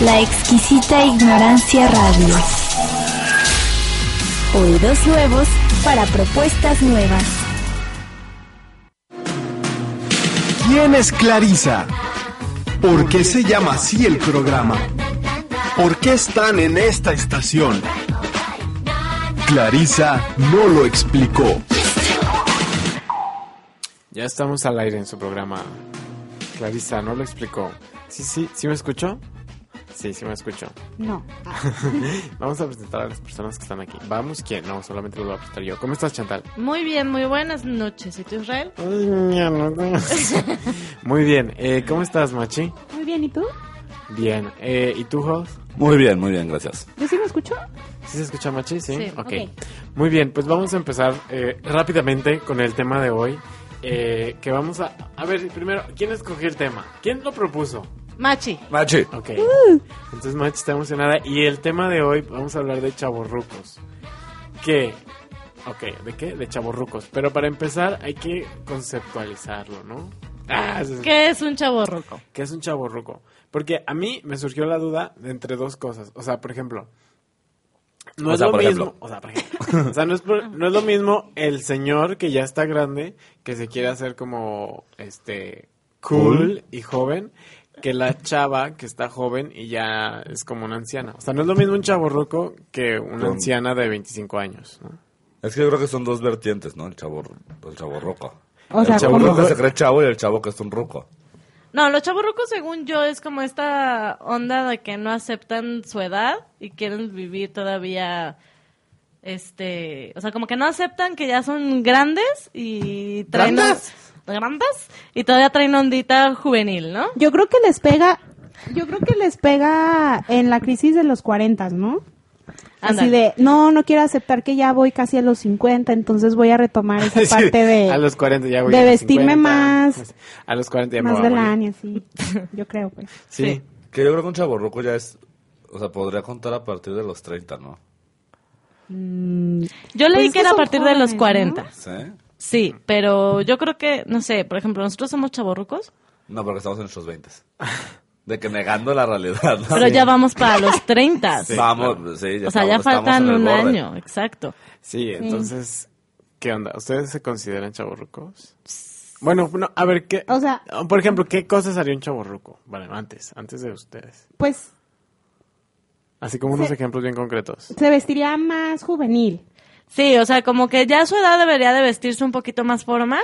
La exquisita ignorancia radio. Oídos nuevos para propuestas nuevas. ¿Quién es Clarisa? ¿Por qué se llama así el programa? ¿Por qué están en esta estación? Clarisa no lo explicó. Ya estamos al aire en su programa. Clarisa, no lo explicó. Sí, sí, ¿sí me escucho? Sí, sí me escucho. No. Vamos a presentar a las personas que están aquí. ¿Vamos quién? No, solamente los voy a presentar yo. ¿Cómo estás, Chantal? Muy bien, muy buenas noches. ¿Y tú, Israel? Ay, mierda. Muy bien. Eh, ¿Cómo estás, Machi? Muy bien, ¿y tú? Bien. Eh, ¿Y tú, Jos? Muy bien, muy bien, gracias. ¿Yo sí me escucho? ¿Sí se escucha, Machi? Sí. Sí, ok. Muy bien, pues vamos a empezar eh, rápidamente con el tema de hoy. eh, que vamos a... A ver, primero, ¿quién escogió el tema? ¿Quién lo propuso? Machi. Machi. Ok. Entonces Machi está emocionada. Y el tema de hoy vamos a hablar de chavorrucos. ¿Qué? Ok, ¿de qué? De chavorrucos. Pero para empezar hay que conceptualizarlo, ¿no? Ah, eso es- ¿Qué es un chavo roco? ¿Qué es un chavorruco? Porque a mí me surgió la duda de entre dos cosas. O sea, por ejemplo, no O es sea, lo por mismo. ejemplo. O sea, por ejemplo. O sea, no es, por- no es lo mismo el señor que ya está grande, que se quiere hacer como este cool y joven, que la chava que está joven y ya es como una anciana. O sea, no es lo mismo un chavorruco que una Con- anciana de 25 años. ¿no? Es que yo creo que son dos vertientes, ¿no? El chavo, el chavo roco. O el sea, chavo ¿cómo? roco que se cree chavo y el chavo que es un ruco. No, los chavos rocos, según yo, es como esta onda de que no aceptan su edad y quieren vivir todavía. Este. O sea, como que no aceptan que ya son grandes y traen. ¿Grandes? Grandes, Y todavía traen ondita juvenil, ¿no? Yo creo que les pega, yo creo que les pega en la crisis de los 40, ¿no? Así Ándale. de, no, no quiero aceptar que ya voy casi a los 50, entonces voy a retomar esa Sí, parte de a los 40 ya voy de a los vestirme 50. más- a los 40 ya me más voy a de la morir. año, sí. Yo creo, pues. Sí. Que yo creo que un chavo roco ya es. O sea, podría contar a partir de los 30, ¿no? Yo leí Pues que es que era a son partir de los jóvenes, 40. ¿Sí? Sí, pero yo creo que, no sé, por ejemplo, nosotros somos chavorrucos, No, porque estamos en nuestros 20. De que negando la realidad, ¿no? pero ya vamos para los 30. Vamos, sí, ya o sea, ya estamos- estamos en faltan el un borde. año, exacto. Sí, entonces, ¿qué onda? ¿Ustedes se consideran chavorrucos? Bueno, no, a ver, ¿qué? Ah, O sea- por ejemplo, ¿qué cosas haría un chavorruco? Bueno, antes, antes de ustedes. Pues Así como unos ejemplos bien concretos. se vestiría más juvenil. Sí, o sea, como que ya a su edad debería de vestirse un poquito más formal,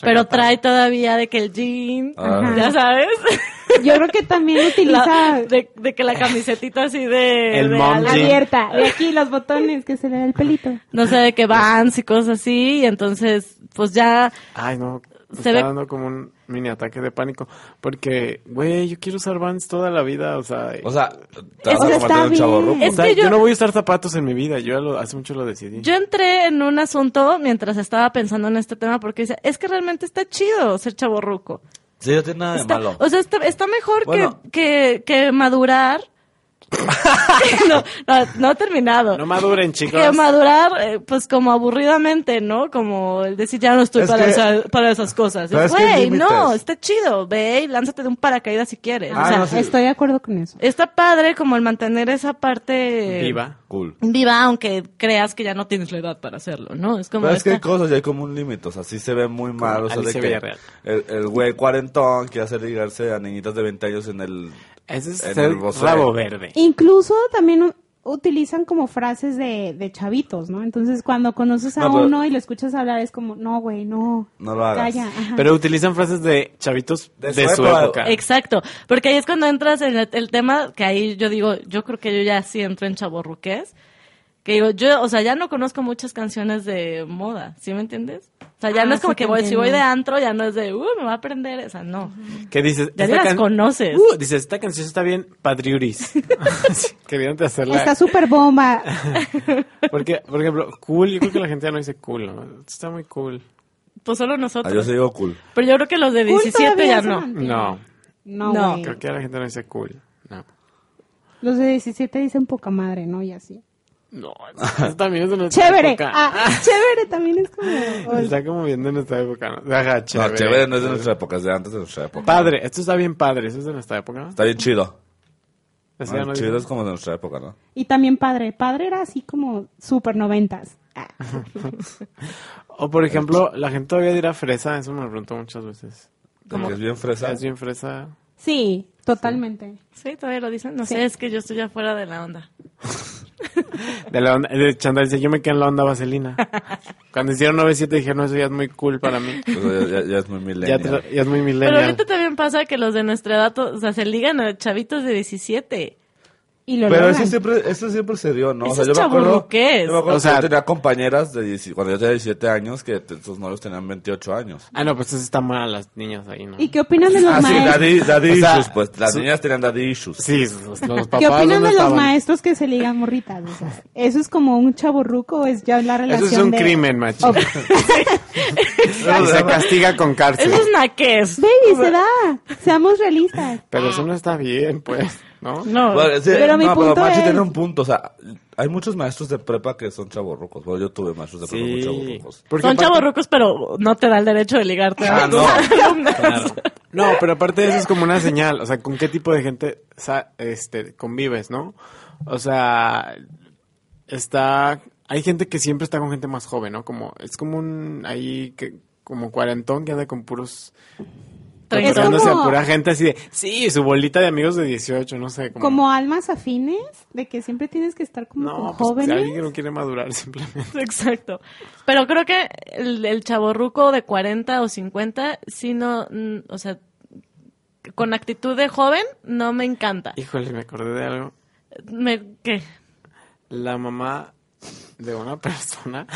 pero Regata. trae todavía de que el jean, Ah. ya sabes, Yo creo que también utiliza La- de, de que la camisetita así de... El de mom ala- jean. abierta, y aquí los botones que se le da el pelito. No sé, de que vans y cosas así, y entonces, pues ya... Ay, no, me Se está ve- dando como un mini ataque de pánico. Porque, güey, yo quiero usar Vans toda la vida, o sea... O sea, te Eso vas a está convertir en un chavo bien. ruco. o es sea, que yo... yo- no voy a usar zapatos en mi vida, yo ya lo- hace mucho lo decidí. Yo entré en un asunto mientras estaba pensando en este tema porque decía, es que realmente está chido ser chaborruco. Sí, no tiene nada de Está, malo. o sea, está, está mejor que- Bueno. que, que madurar. no, no, no he terminado. No maduren, que chicos. madurar, eh, pues como aburridamente, ¿no? Como el decir, ya no estoy Es para, que- esa- para esas cosas. Pero Es, es que hay Güey, no, límites. está chido, ve y lánzate de un paracaídas si quieres. Ah, o sea, no, sí. Estoy de acuerdo con eso. está padre como el mantener esa parte... Viva. Cool. Viva, aunque creas que ya no tienes la edad para hacerlo, ¿no? Es como... Pero es que hay esta- cosas y hay como un límite, o sea, sí se ve muy mal, o sea, de Alicia que Villarreal. el, el güey cuarentón que hace ligarse a niñitas de 20 años en el... Ese es En ser el bosque. rabo verde. Incluso también u- utilizan como frases de, de chavitos, ¿no? Entonces cuando conoces a No, pero- uno y lo escuchas hablar es como, no, güey, no. No lo hagas. Calla, ajá. Pero utilizan frases de chavitos de, De su, su época. época. Exacto, porque ahí es cuando entras en el, el tema que ahí yo digo, yo creo que yo ya sí entro en chaborruqués, Que digo, yo, o sea, ya no conozco muchas canciones de moda, ¿sí me entiendes? O sea, ya Ah, no es como sí que te voy, si entiendo. voy de antro, ya no es de, uh, me va a aprender esa, no. Que dices... Ya ni esta las can- conoces. Uh, dices, esta canción está bien padriuris. Sí, Querían hacerla... Está súper bomba. Porque, por ejemplo, cool, yo creo que la gente ya no dice cool, ¿no? Está muy cool. Pues solo Ah, yo nosotros. sí digo cool. Pero yo creo que los de Cool 17 todavía ya es no. una- No, No, No. güey. creo que ya la gente no dice cool. No. Los de 17 dicen poca madre, ¿no? Y así. No, eso también es de nuestra Chévere. época. Ah, chévere también es como. o- Está como bien de nuestra época, ¿no? Ajá, chévere. No, chévere no es de nuestra época, es de antes de nuestra época. Padre, esto está bien padre, eso es de nuestra época. Está bien chido. Eso ya Ah, no dice- chido es como de nuestra época, ¿no? Y también padre. Padre era así como súper noventas. Ah, O por ejemplo, la gente todavía dirá fresa, eso me lo preguntó muchas veces. Porque es bien fresa. ¿Es bien fresa? Sí, totalmente. Sí, todavía lo dicen. No Sí. sé, es que yo estoy afuera de la onda. De la onda, de Chandal dice, yo me quedé en la onda vaselina. Cuando hicieron 97 dijeron, no, eso ya es muy cool para mí. Eso ya, ya- ya es muy Ya, millennial. te- ya es muy Pero millennial. ahorita también pasa que los de nuestra edad, to- o sea, se ligan a chavitos de 17. Y lo Pero logran. eso siempre, eso siempre se dio, ¿no? Eso es yo me acuerdo, yo chaburruqués. me acuerdo O sea- que yo tenía compañeras de 17 cuando yo tenía 17 años que te- sus novios tenían 28 años. Ah, no, pues eso está mal a las niñas ahí, ¿no? ¿Y qué opinan de los Ah, sí, maestros? daddy, daddy O sea, issues, pues. Las su- niñas tenían daddy issues. Sí, los, los papás ¿Qué opinan ¿dónde de los estaban? maestros que se ligan morritas? O sea, ¿Eso es como un chaborruco o es ya la Eso relación es un de- crimen, macho. Ok. y se castiga con cárcel. Eso es naqués. Baby, se da. Seamos realistas. Pero eso no está bien, pues, ¿no? No. Bueno, sí, Pero mi no, punto pero Machi es- tiene un punto. O sea, hay muchos maestros de prepa que son chavorrucos. Bueno, yo tuve maestros de prepa muy Sí. chavorrucos. Porque Son aparte- chavorrucos, pero no te da el derecho de ligarte Ah, a tus no. alumnas. No, pero aparte de eso es como una señal, o sea, con qué tipo de gente sa- este, convives, ¿no? O sea, está, hay gente que siempre está con gente más joven, ¿no? Como, es como un, ahí, que, como cuarentón que anda con puros, Treinta. cotorreándose como- a pura gente así de, sí, su bolita de amigos de 18, no sé, como... Como almas afines, de que siempre tienes que estar como no, con pues, jóvenes. alguien que no quiere madurar simplemente. Exacto. Pero creo que el, el chaborruco de 40 o 50, sí no, mm, o sea, con actitud de joven, no me encanta. Híjole, me acordé de algo. Me, ¿Qué? la mamá de una persona,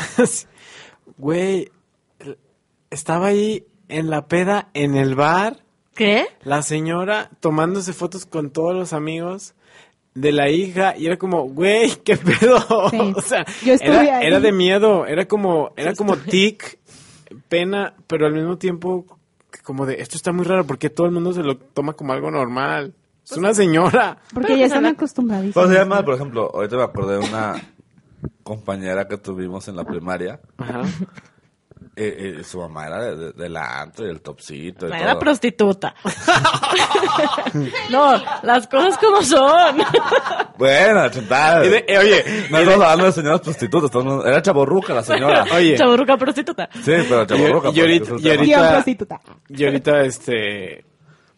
güey, estaba ahí en la peda, en el bar, ¿Qué? la señora tomándose fotos con todos los amigos de la hija y era como, güey, qué pedo. Sí. O sea, Yo estuve era, ahí. era de miedo, era como, era como tic, pena, pero al mismo tiempo como de, esto está muy raro porque todo el mundo se lo toma como algo normal. Pues Es una señora. Porque ya están acostumbradísimos. Pues, ¿Cómo se llama? Por ejemplo, ahorita me acordé de una compañera que tuvimos en la primaria. Ajá. Eh, eh, su mamá era de, de- de la antro y el topsito. Y Era todo. prostituta. no, las cosas como son. Bueno, chontada. Y de- eh, oye, No estamos hablando de señoras prostitutas. estamos- Era chaborruca la señora. Oye. Chaborruca prostituta. Sí, pero chaborruca. Y- y ahorita- porque es y el tema. ahorita- Guión prostituta. Pues, Y ahorita este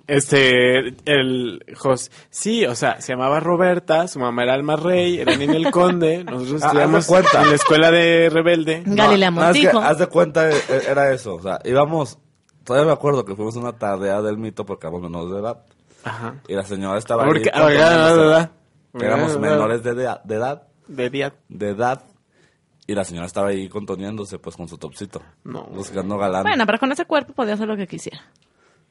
este el host sí, o sea, se llamaba Roberta, su mamá era Alma Rey, era Nina el Conde, nosotros Ah, estudiamos hazme cuenta. en la escuela de Rebelde. Galilea No, es que, Montijo. haz de cuenta, eh, eh, era eso. O sea, íbamos. Todavía me acuerdo que fuimos a una tarea del mito porque éramos menores de edad. Ajá. Y la señora estaba Porque ahí. ahora Éramos menores de, de- de edad. de día. De edad. Y la señora estaba ahí contoniéndose, pues con su topsito. No. Buscando galán. Bueno, pero con ese cuerpo podía hacer lo que quisiera.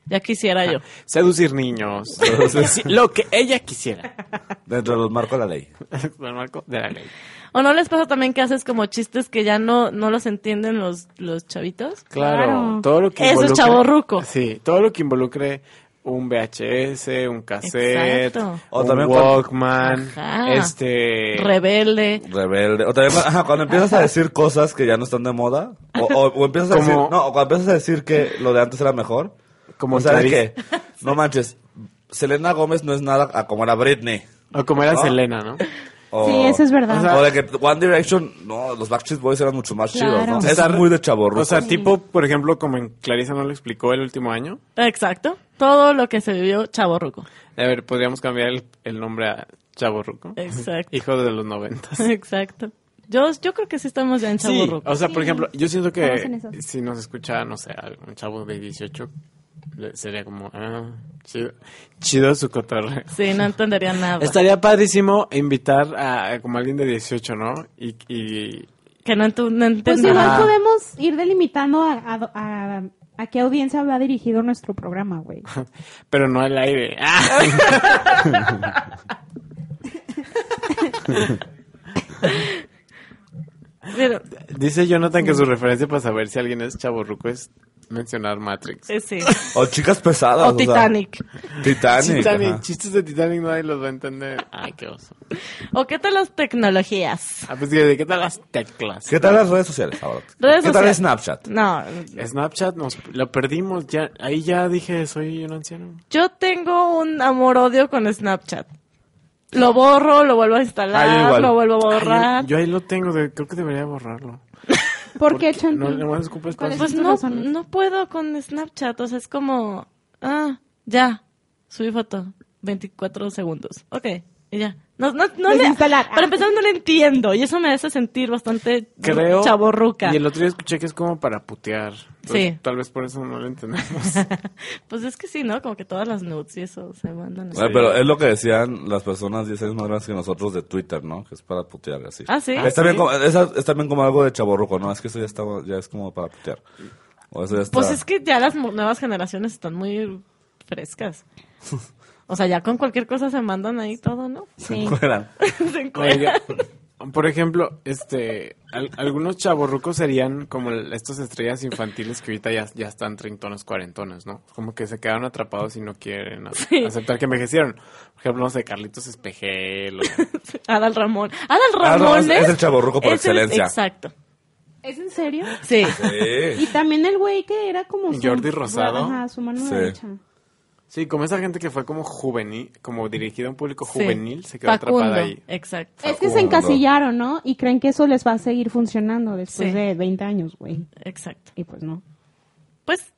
Ya quisiera yo. Seducir niños. Sí, Lo que ella quisiera. Dentro de los marcos de la ley. Don Marco de la ley. ¿O no les pasa también que haces como chistes que ya no, no los entienden los, los chavitos? Claro, Claro. todo lo que Eso es chavorruco. Sí, todo lo que involucre un VHS, un cassette, Exacto. O un también cuando- Walkman, Ajá. este Rebelde. Rebelde. O también ajá, cuando empiezas a decir cosas que ya no están de moda. O, o- o empiezas a Como- decir. No, o cuando empiezas a decir que lo de antes era mejor. Como o sea, de Clarice. que. No manches. Selena Gómez no es nada a como era Britney. o como era ¿No? Selena, ¿no? O- Sí, eso es verdad. O, sea, o de que One Direction, no, los Backstreet Boys eran mucho más chidos, Claro. ¿no? O Es sea, muy de chaborruco. O sea, tipo, por ejemplo, como en Clarisa no lo explicó el último año. Exacto. Todo lo que se vivió chaborruco. A ver, podríamos cambiar el, el nombre a Chavo Ruco. Exacto. Hijo de los noventas. Exacto. Yo, yo creo que sí estamos ya en Sí, chaborruco. o sea, por ejemplo, yo siento Estamos que en esas. si nos escucha, no sé, algún chavo de 18, le- sería como, ah, chido, chido su cotorreo. Sí, no entendería nada. Estaría padrísimo invitar a, a como alguien de 18, ¿no? Y, y Que no, entu- no Pues entiendo. igual Ajá. podemos ir delimitando a, a- a- a qué audiencia va dirigido nuestro programa, güey. pero no al aire. Ah. Pero, Dice Jonathan que su referencia para saber si alguien es chaborruco es mencionar Matrix. eh, sí. O chicas pesadas. O sea, Titanic. Titanic. Titanic, ajá. chistes de Titanic nadie los va a entender. Ah, Ay, qué oso. ¿O qué tal las tecnologías? Ah, pues, ¿de qué tal las teclas? ¿Qué tal las redes sociales ahora? Redes ¿Qué tal sociales. Snapchat? No, Snapchat nos lo perdimos ya. Ahí ya dije, soy un anciano. yo tengo un amor-odio con Snapchat. Lo borro, lo vuelvo a instalar, Ah, yo igual. lo vuelvo a Ay, borrar. Ah, yo, yo ahí lo tengo, de- creo que debería borrarlo. ¿Por qué, Chanti? No, no más ocupa ¿Cuál espacio. pues tus no, razones? no puedo con Snapchat, o sea, es como, ah, ya, subí foto, 24 segundos, ok, y ya. No, no, no le, Desinstalar. para empezar no le entiendo, y eso me hace sentir bastante Creo. chaborruca. Y el otro día escuché que es como para putear. Entonces, Sí. Tal vez por eso no lo entendemos. Pues es que sí, ¿no? Como que todas las nudes y eso se mandan. Bueno, pero es lo que decían las personas 10 años más grandes que nosotros de Twitter, ¿no? Que es para putear así. Ah, ¿sí? Es Ah, también, ¿sí? como, esa- es también como algo de chaborroco, ¿no? Es que eso ya, está, ya es como para putear. O eso ya está. Pues es que ya las mu- nuevas generaciones están muy frescas. O sea, ya con cualquier cosa se mandan ahí todo, ¿no? Se encueran. Se encuentran. Oiga, por ejemplo, este, al- algunos chavorrucos serían como el- estas estrellas infantiles que ahorita ya, ya están treintones, cuarentones, ¿no? Como que se quedaron atrapados y no quieren a- aceptar que envejecieron. Por ejemplo, no sé, Carlitos Espejel. o- Adal Ramón. Adal Ramón Adal Ramón Ah, es el chavorruco por es el- excelencia. exacto. ¿Es en serio? Sí. Y Sí. también el güey que era como Jordi Rosado. Ajá, su mano Sí. derecha. Sí, como esa gente que fue como juvenil, como dirigida a un público sí. juvenil, se quedó Facundo, atrapada ahí. Exacto. Es que se Facundo. encasillaron, ¿no? Y creen que eso les va a seguir funcionando después Sí. de 20 años, güey. Exacto. Y pues no. Pues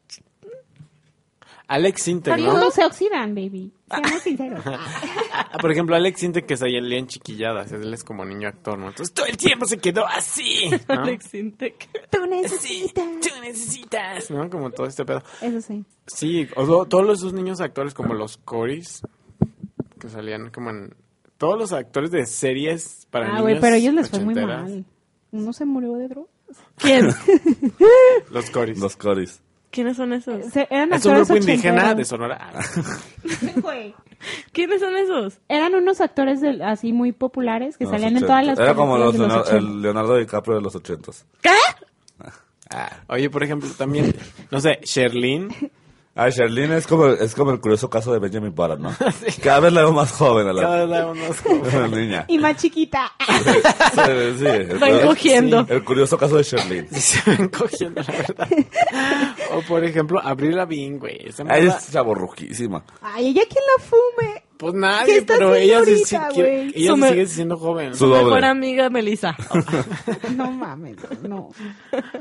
Alex Sintek, ¿no? Amigos se oxidan, baby. Seamos sinceros. Ah, por ejemplo, Alex Sintek que salían chiquilladas, él es como niño actor, ¿no? Entonces todo el tiempo se quedó así, ¿no? Alex Intec. Tú Sí, necesitas. tú necesitas, ¿no? Como todo este pedo. Eso sí. Sí, o do- todos esos niños actores como los Corys, que salían como en... Todos los actores de series para niños ah, güey, pero a ellos les fue muy ochenteras, mal. Uno se murió de droga. ¿Quién? Los Corys. Los coris. ¿Quiénes son esos? Se- eran Es un actores grupo indígena de ochenteros. Sonora. Ah, Güey. ¿Quiénes son esos? Eran unos actores del- así muy populares que salían en todas las Era como los, películas de Leonardo, los el Leonardo DiCaprio de los ochentas. ¿Qué? Ah, Oye, por ejemplo, también, no sé, Sherlyn. Ah, Charlene es como, es como el curioso caso de Benjamin Button, ¿no? Cada vez la veo más joven a Cada la, vez la veo más a joven. la niña. 80. Y más chiquita. Sí, sí. Van cogiendo. El curioso caso de Charlene. Se van cogiendo, la verdad. O, por ejemplo, Abril Lavigne, güey. Esa Ella morra- Ah, es chaborruquísima. Ay, ella quien la fume. Pues ¿Qué nadie, está pero haciendo ella sí, sí ahorita, quiere- güey? ella Su sí me- sigue siendo joven. Su Mejor doble. amiga Melissa. No mames, no.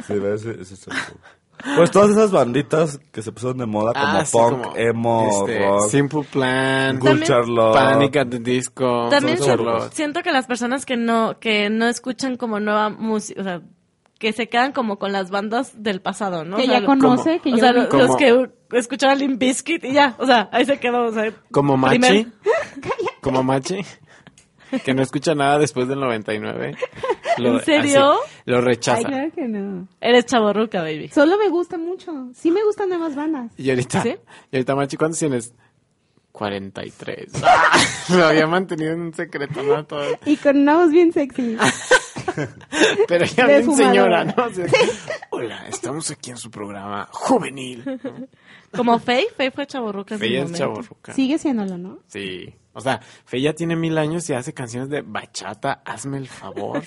Sí, ves, es- es- Pues todas esas banditas que se pusieron de moda como Ah, sí, punk, como, emo, este, rock, Simple Plan. Good También- Charlotte. Panic at the Disco. También Good si- Charlotte. siento que las personas que no que no escuchan como nueva música, o sea, que se quedan como con las bandas del pasado, ¿no? que O sea, ya lo- conoce, que o yo sea, vi. lo- Como- los que escuchaban Limp Bizkit y ya, o sea, ahí se quedó, o sea, Como Machi. primer- Como Machi. Que no escucha nada después del 99. Lo- ¿En serio? así, lo Ay, rechaza. claro que no. eres chaborruca, baby. Solo me gusta mucho. Sí me gustan nuevas bandas. Y ahorita, ¿Sí? y ahorita Machi, ¿cuántos tienes? 43. ¡Ah! Lo había mantenido en un secreto, ¿no? Todo. Y con una voz bien sexy. Ah, Pero ya De bien señora, ¿no? fumadora. Así de, Hola, estamos aquí en su programa juvenil. Como Faye, Faye fue chaborruca en su Ella es momento. chaborruca. Sigue siéndolo, ¿no? Sí. O sea, Fe ya tiene mil años y hace canciones de bachata, hazme el favor.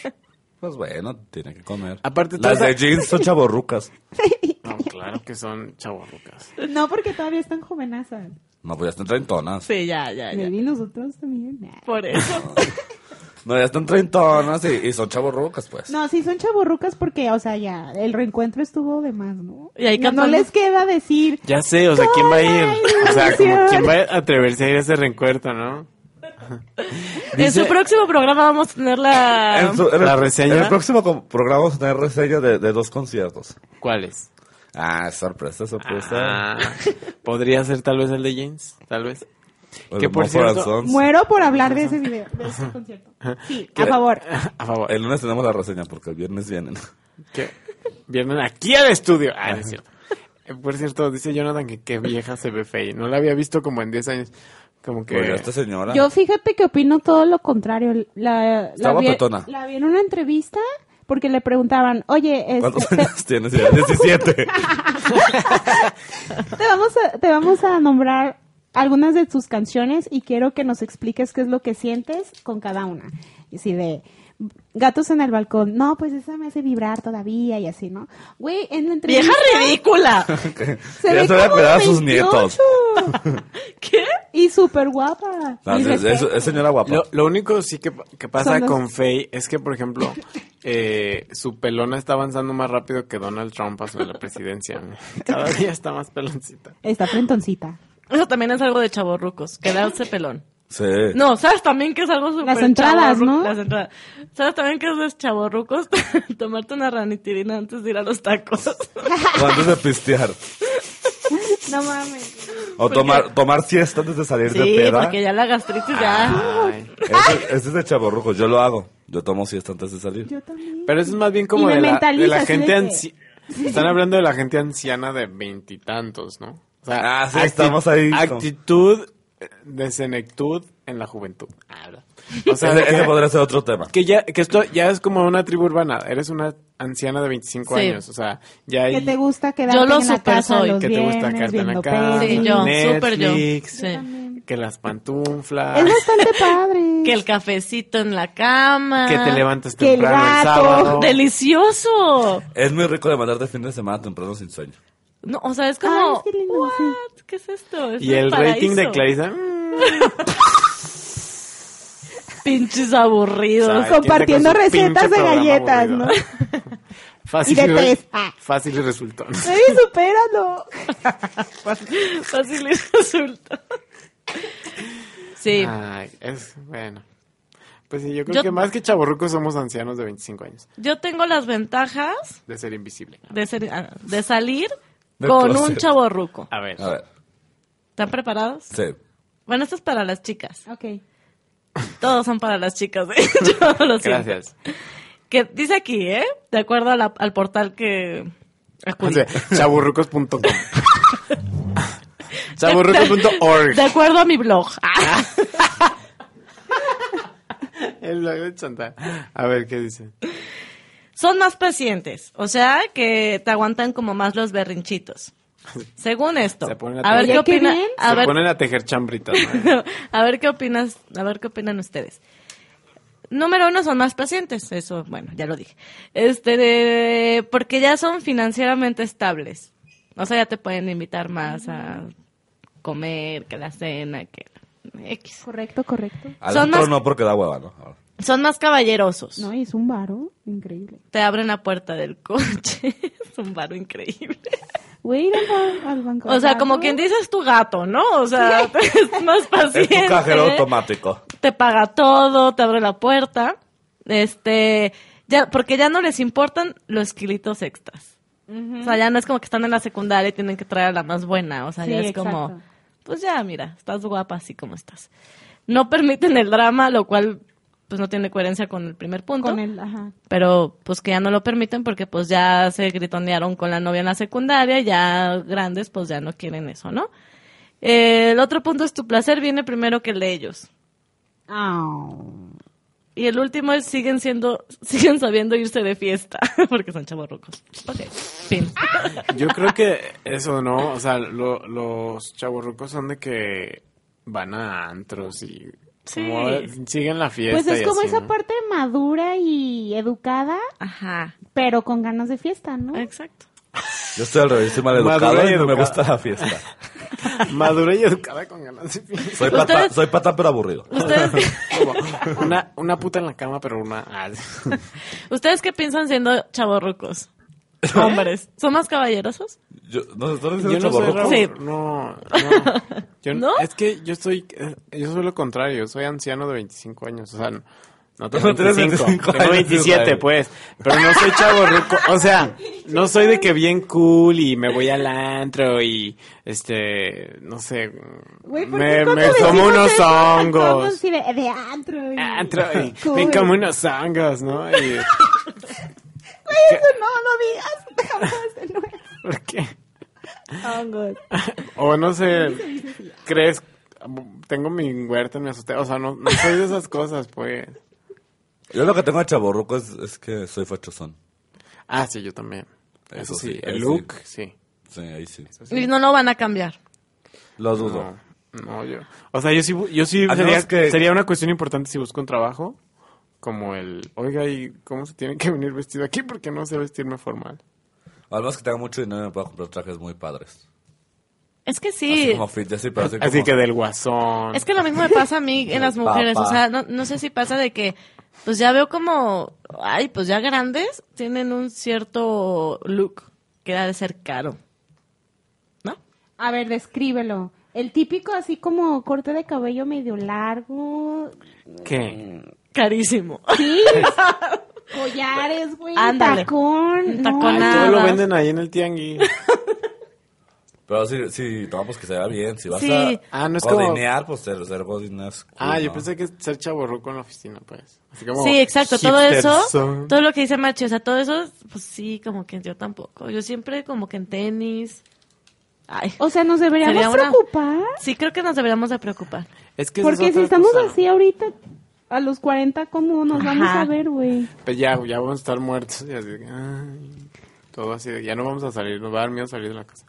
Pues bueno, tiene que comer. Aparte, las toda- de jeans son chaborrucas. No, claro que son chavorrucas. No, porque todavía están jovenazas. No, pues ya están treintonas. Sí, ya, ya, ya. Baby, nosotros también. Nah. Por eso. No, ya están treintonas y, y son chaborrucas, pues. No, sí son chaborrucas porque, o sea, ya, el reencuentro estuvo de más, ¿no? Y ahí no, no cantando. les queda decir, Ya sé, o sea, ¿quién va a ir? O sea, como, ¿quién va a atreverse a ir a ese reencuentro, no? En su próximo programa vamos a tener la En su- en ¿La el- reseña? En el próximo com- programa vamos a tener reseña de, de dos conciertos. ¿Cuáles? Ah, sorpresa, sorpresa. Ah, podría ser tal vez el de James, tal vez. El que por Mumford cierto- and Sons. Muero por hablar de ese video, de ese concierto. Sí, a favor. Ah, A favor, El lunes tenemos la reseña porque el viernes vienen. que vienen aquí al estudio. Ah, no es cierto. Eh, Por cierto, dice Jonathan que qué vieja se ve fey. No la había visto como en 10 años. Como que... Oiga, esta señora. Yo fíjate que opino todo lo contrario. La, la, Estaba vi, petona. la vi en una entrevista porque le preguntaban, oye, este, ¿Cuántos años tienes? Ya, 17. te, vamos a, te vamos a nombrar algunas de tus canciones y quiero que nos expliques qué es lo que sientes con cada una. Y así de gatos en el balcón, no, pues esa me hace vibrar todavía y así, ¿no? Güey, en la ¡Vieja entrevista... ridícula! Se Ya ve se va a como cuidar a sus 28. ¿Qué? Y súper guapa. No, es, es- es señora guapa. Lo, lo único sí que, que pasa Son los- con Faye es que, por ejemplo, eh, su pelona está avanzando más rápido que Donald Trump a su- en la presidencia. Cada día está más peloncita. Está frentoncita. Eso también es algo de chavorrucos, quedarse pelón. Sí. No, ¿sabes también que es algo súper Las entradas, chavorru- ¿no? Las entradas. ¿Sabes también que es de chavorrucos? Tomarte una ranitirina antes de ir a los tacos. O antes de pistear. No mames. O tomar, tomar siesta antes de salir de sí, peda. porque ya la gastritis ya... Ay. Ese, ese es de chaborruco. Yo lo hago. Yo tomo siesta antes de salir. Yo también. Pero eso es más bien como Y me de la, de mentalizo, la así gente de anci- Están hablando de la gente anciana de veintitantos, ¿no? O sea, Ah, sí, estamos ahí como- Actitud de senectud en la juventud. Ah, ¿verdad? O sea, de ese, ese que, podría ser otro tema. que ya que esto ya es como una tribu urbana. Eres una anciana de 25 Sí. años. O sea, ya hay... Que te gusta quedarte Yo lo en la super casa soy. los que te gusta viernes quedarte en la viendo casa, Sí, pelis. yo, súper yo. Netflix, Sí. que las pantuflas, Es bastante padre. Que el cafecito en la cama. que te levantas Que el temprano el, gato. sábado. ¡Delicioso! Es muy rico de mandarte fin de semana temprano sin sueño. No, o sea, es Ay, como... es que lindo, "What? sí. ¿Qué es esto? Es Y el rating de Clarisa... mm, Pinches aburridos. Ay, Compartiendo tiene con su recetas pinche de programa galletas, aburrido. Fácil. Y de re- tres. Ah. Fácil resultó. Ey, supéralo. Fácil y resulta. Sí. Ay, es bueno. Pues sí, yo creo Yo- que más que chaborrucos somos ancianos de 25 años Yo tengo las ventajas de ser invisible. de, ser- ah, de salir Del con closet. un chavo ruco. A ver. A ver. ¿Están preparados? Sí. Bueno, esto es para las chicas. Ok. Todos son para las chicas. ¿eh? Yo lo siento. Gracias. Que dice aquí, ¿eh? De acuerdo a la- al portal que O acudí. sea, chaborrucos.com. chaborrucos.org. De acuerdo a mi blog. Ah. El blog de Chantal. A ver qué dice. Son más pacientes. O sea, que te aguantan como más los berrinchitos. Según esto. Se ponen a A ver tejer. qué Oye, qué opina. bien. A Se ver, ponen a tejer chambritas. ¿no? a ver qué opinas, a ver qué opinan ustedes. Número uno son más pacientes, eso, bueno, ya lo dije. Este, de- porque ya son financieramente estables. O sea, ya te pueden invitar más a comer, que la cena, que X. Correcto, correcto. Al Son otro más- no porque da hueva, ¿no? Ahora. Son más caballerosos. No, y es un varo increíble. Te abren la puerta del coche. es un varo increíble. Güey, ir al ba- al banco. O sea, como quien dices tu gato, ¿no? O sea, es más Es paciente. tu cajero ¿eh? automático. te paga todo, te abre la puerta. Este, ya, porque ya no les importan los kilitos extras. O sea, ya no es como que están en la secundaria y tienen que traer a la más buena. O sea, Sí, ya es exacto. como, pues ya, mira, estás guapa así como estás. No permiten el drama, lo cual, pues no tiene coherencia con el primer punto. Con él, ajá. Pero, pues que ya no lo permiten porque, pues ya se gritonearon con la novia en la secundaria, ya grandes, pues ya no quieren eso, ¿no? Eh, el otro punto es tu placer viene primero que el de ellos. Au. Y el último es siguen siendo, siguen sabiendo irse de fiesta, porque son chavorrucos. Ok, fin. Yo creo que eso, ¿no? O sea, lo- los chavorrucos son de que van a antros y Sí. como siguen la fiesta. Pues es y como así, esa ¿no? parte madura y educada, Ajá, pero con ganas de fiesta, ¿no? exacto. Yo estoy al revés, soy maleducado Madura y y no me educada. gusta la fiesta. Madura y educada con ganas de fiesta. Soy pata, Ustedes- soy pata pero aburrido. ¿Ustedes, Como Una, una puta en la cama, pero una. ah, sí. ¿Ustedes qué piensan siendo chavorrucos? Hombres. ¿Son más caballerosos? Yo, no, ¿estás Yo diciendo no soy chaborruco? Sí. raro, No, no. Yo, ¿No? Es que yo soy. eh, Yo soy lo contrario. Soy anciano de 25 años. O sea, no- No tengo No tienes 25, 25 tengo años, 27 güey. pues, pero no soy chavo ruco, o sea, no soy de que bien cool y me voy al antro y este, no sé, Güey, ¿por qué me, cuando me decimos como unos eso, todos hongos, sí de, de antro. y- antro y me Cool. como unos hongos, ¿no? Y, Güey, eso no lo digas. Jamás, no es ¿Por qué? hongos. O no sé, crees, tengo mi huerta, me asusté, o sea, no, no soy de esas cosas, pues. Yo lo que tengo de chaborruco es, es que soy fachosón. Ah, sí, yo también. Eso Eso sí, sí, el eso look, sí. Sí, ahí sí. Y no lo van a cambiar. Lo dudo. No, no, yo. O sea, yo sí, bu- yo sí A sería, menos que- sería una cuestión importante si busco un trabajo, como el, oiga, ¿y cómo se tiene que venir vestido aquí? Porque no sé vestirme formal. Además que tenga mucho dinero y me pueda comprar trajes muy padres. Es que Así sí. como fit, así, pero así, Así como- que del guasón. Es que lo mismo me pasa a mí en las mujeres. Papá. O sea, no, no sé si pasa de que, pues ya veo como, ay, pues ya grandes tienen un cierto look que ha de ser caro. ¿No? A ver, descríbelo. El típico así como corte de cabello medio largo, ¿Qué? Carísimo. sí, collares, güey, Ándale. tacón, Un no, tacón. Ay, nada todo lo más. venden ahí en el tianguis. Pero sí, sí, no, pues que se vea bien. Si vas Sí. a Ah, no es como- godinear, pues ser, ser godín es cool, Ah, yo ¿no? pensé que ser chaborruco en la oficina, pues. Así como Sí, exacto. Todo eso, hipsterzón. todo lo que dice Machi, o sea, todo eso, pues sí, como que yo tampoco. Yo siempre como que en tenis. Ay. O sea, nos Sería deberíamos una- preocupar. Sí, creo que nos deberíamos de preocupar. Es que esa es Porque si otra estamos cosa. así ahorita, a los 40, ¿cómo nos vamos Ajá. a ver, güey? Pues ya, ya vamos a estar muertos. Y así, de que, ay, todo así, de, ya no vamos a salir, nos va a dar miedo salir de la casa.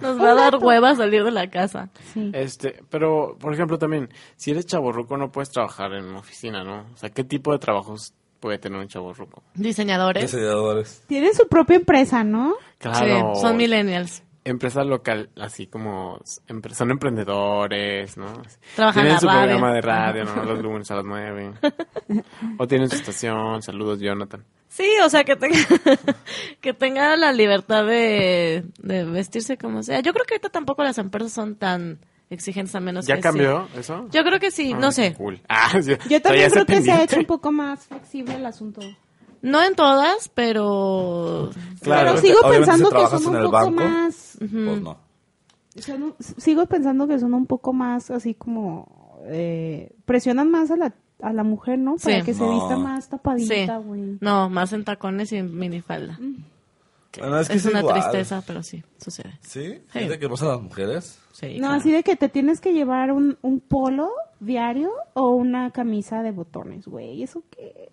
Nos va a dar hueva salir de la casa. Sí. Este, pero, por ejemplo, también, si eres chaborruco no puedes trabajar en una oficina, ¿no? O sea, ¿qué tipo de trabajos puede tener un chaborruco? Diseñadores. Diseñadores. Tienen su propia empresa, ¿no? Claro, Sí, son millennials. empresa local, así como, empre- son emprendedores, ¿no? Trabajan en tienen la su radio. programa de radio, ¿no? Los lunes a las nueve. o tienen su estación, saludos, Jonathan. Sí, o sea, que tenga, que tenga la libertad de, de vestirse como sea. Yo creo que ahorita tampoco las empresas son tan exigentes, a menos que ¿Ya sí. cambió eso? Yo creo que sí, Ah, no qué sé. cool. Ah, sí, traía Yo también ese creo que se ha pendiente. hecho un poco más flexible el asunto. No en todas, pero... Claro. Pero sigo Obviamente, pensando si que trabajas son un en el poco banco. más... Pues no. son un- sigo pensando que son un poco más así como... eh, presionan más a la, a la mujer, ¿no? Para Sí. que se No. vista más Sí. Mm, tapadita, güey. No, más en tacones y en minifalda. Bueno, Ah, Es, es que es, una igual. tristeza, pero sí, sucede. ¿Sí? Sí. ¿Gente que pasa a las mujeres? Sí, No, claro. así de que te tienes que llevar un, un polo diario o una camisa de botones, güey. ¿Eso qué?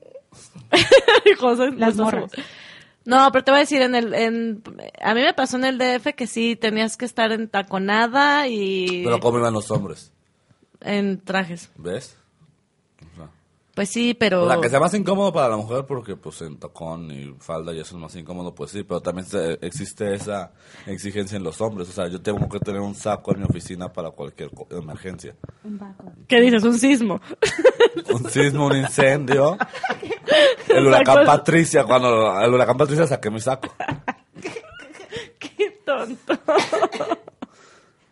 Cosas- Las cosas- morras. No, pero te voy a decir, en el, en, a mí me pasó en el DF que sí, tenías que estar en taconada y Pero ¿cómo iban los hombres? en trajes. ¿Ves? O sea, Pues sí, pero... o sea, que sea más incómodo para la mujer porque pues en tacón y falda y eso es más incómodo, pues sí, pero también se- existe esa exigencia en los hombres. O sea, yo tengo que tener un saco en mi oficina para cualquier co- emergencia. Un vaco. ¿Qué dices? Un sismo. Un sismo, un incendio. El huracán Saco- Patricia, cuando el huracán Patricia saqué mi saco. Qué tonto.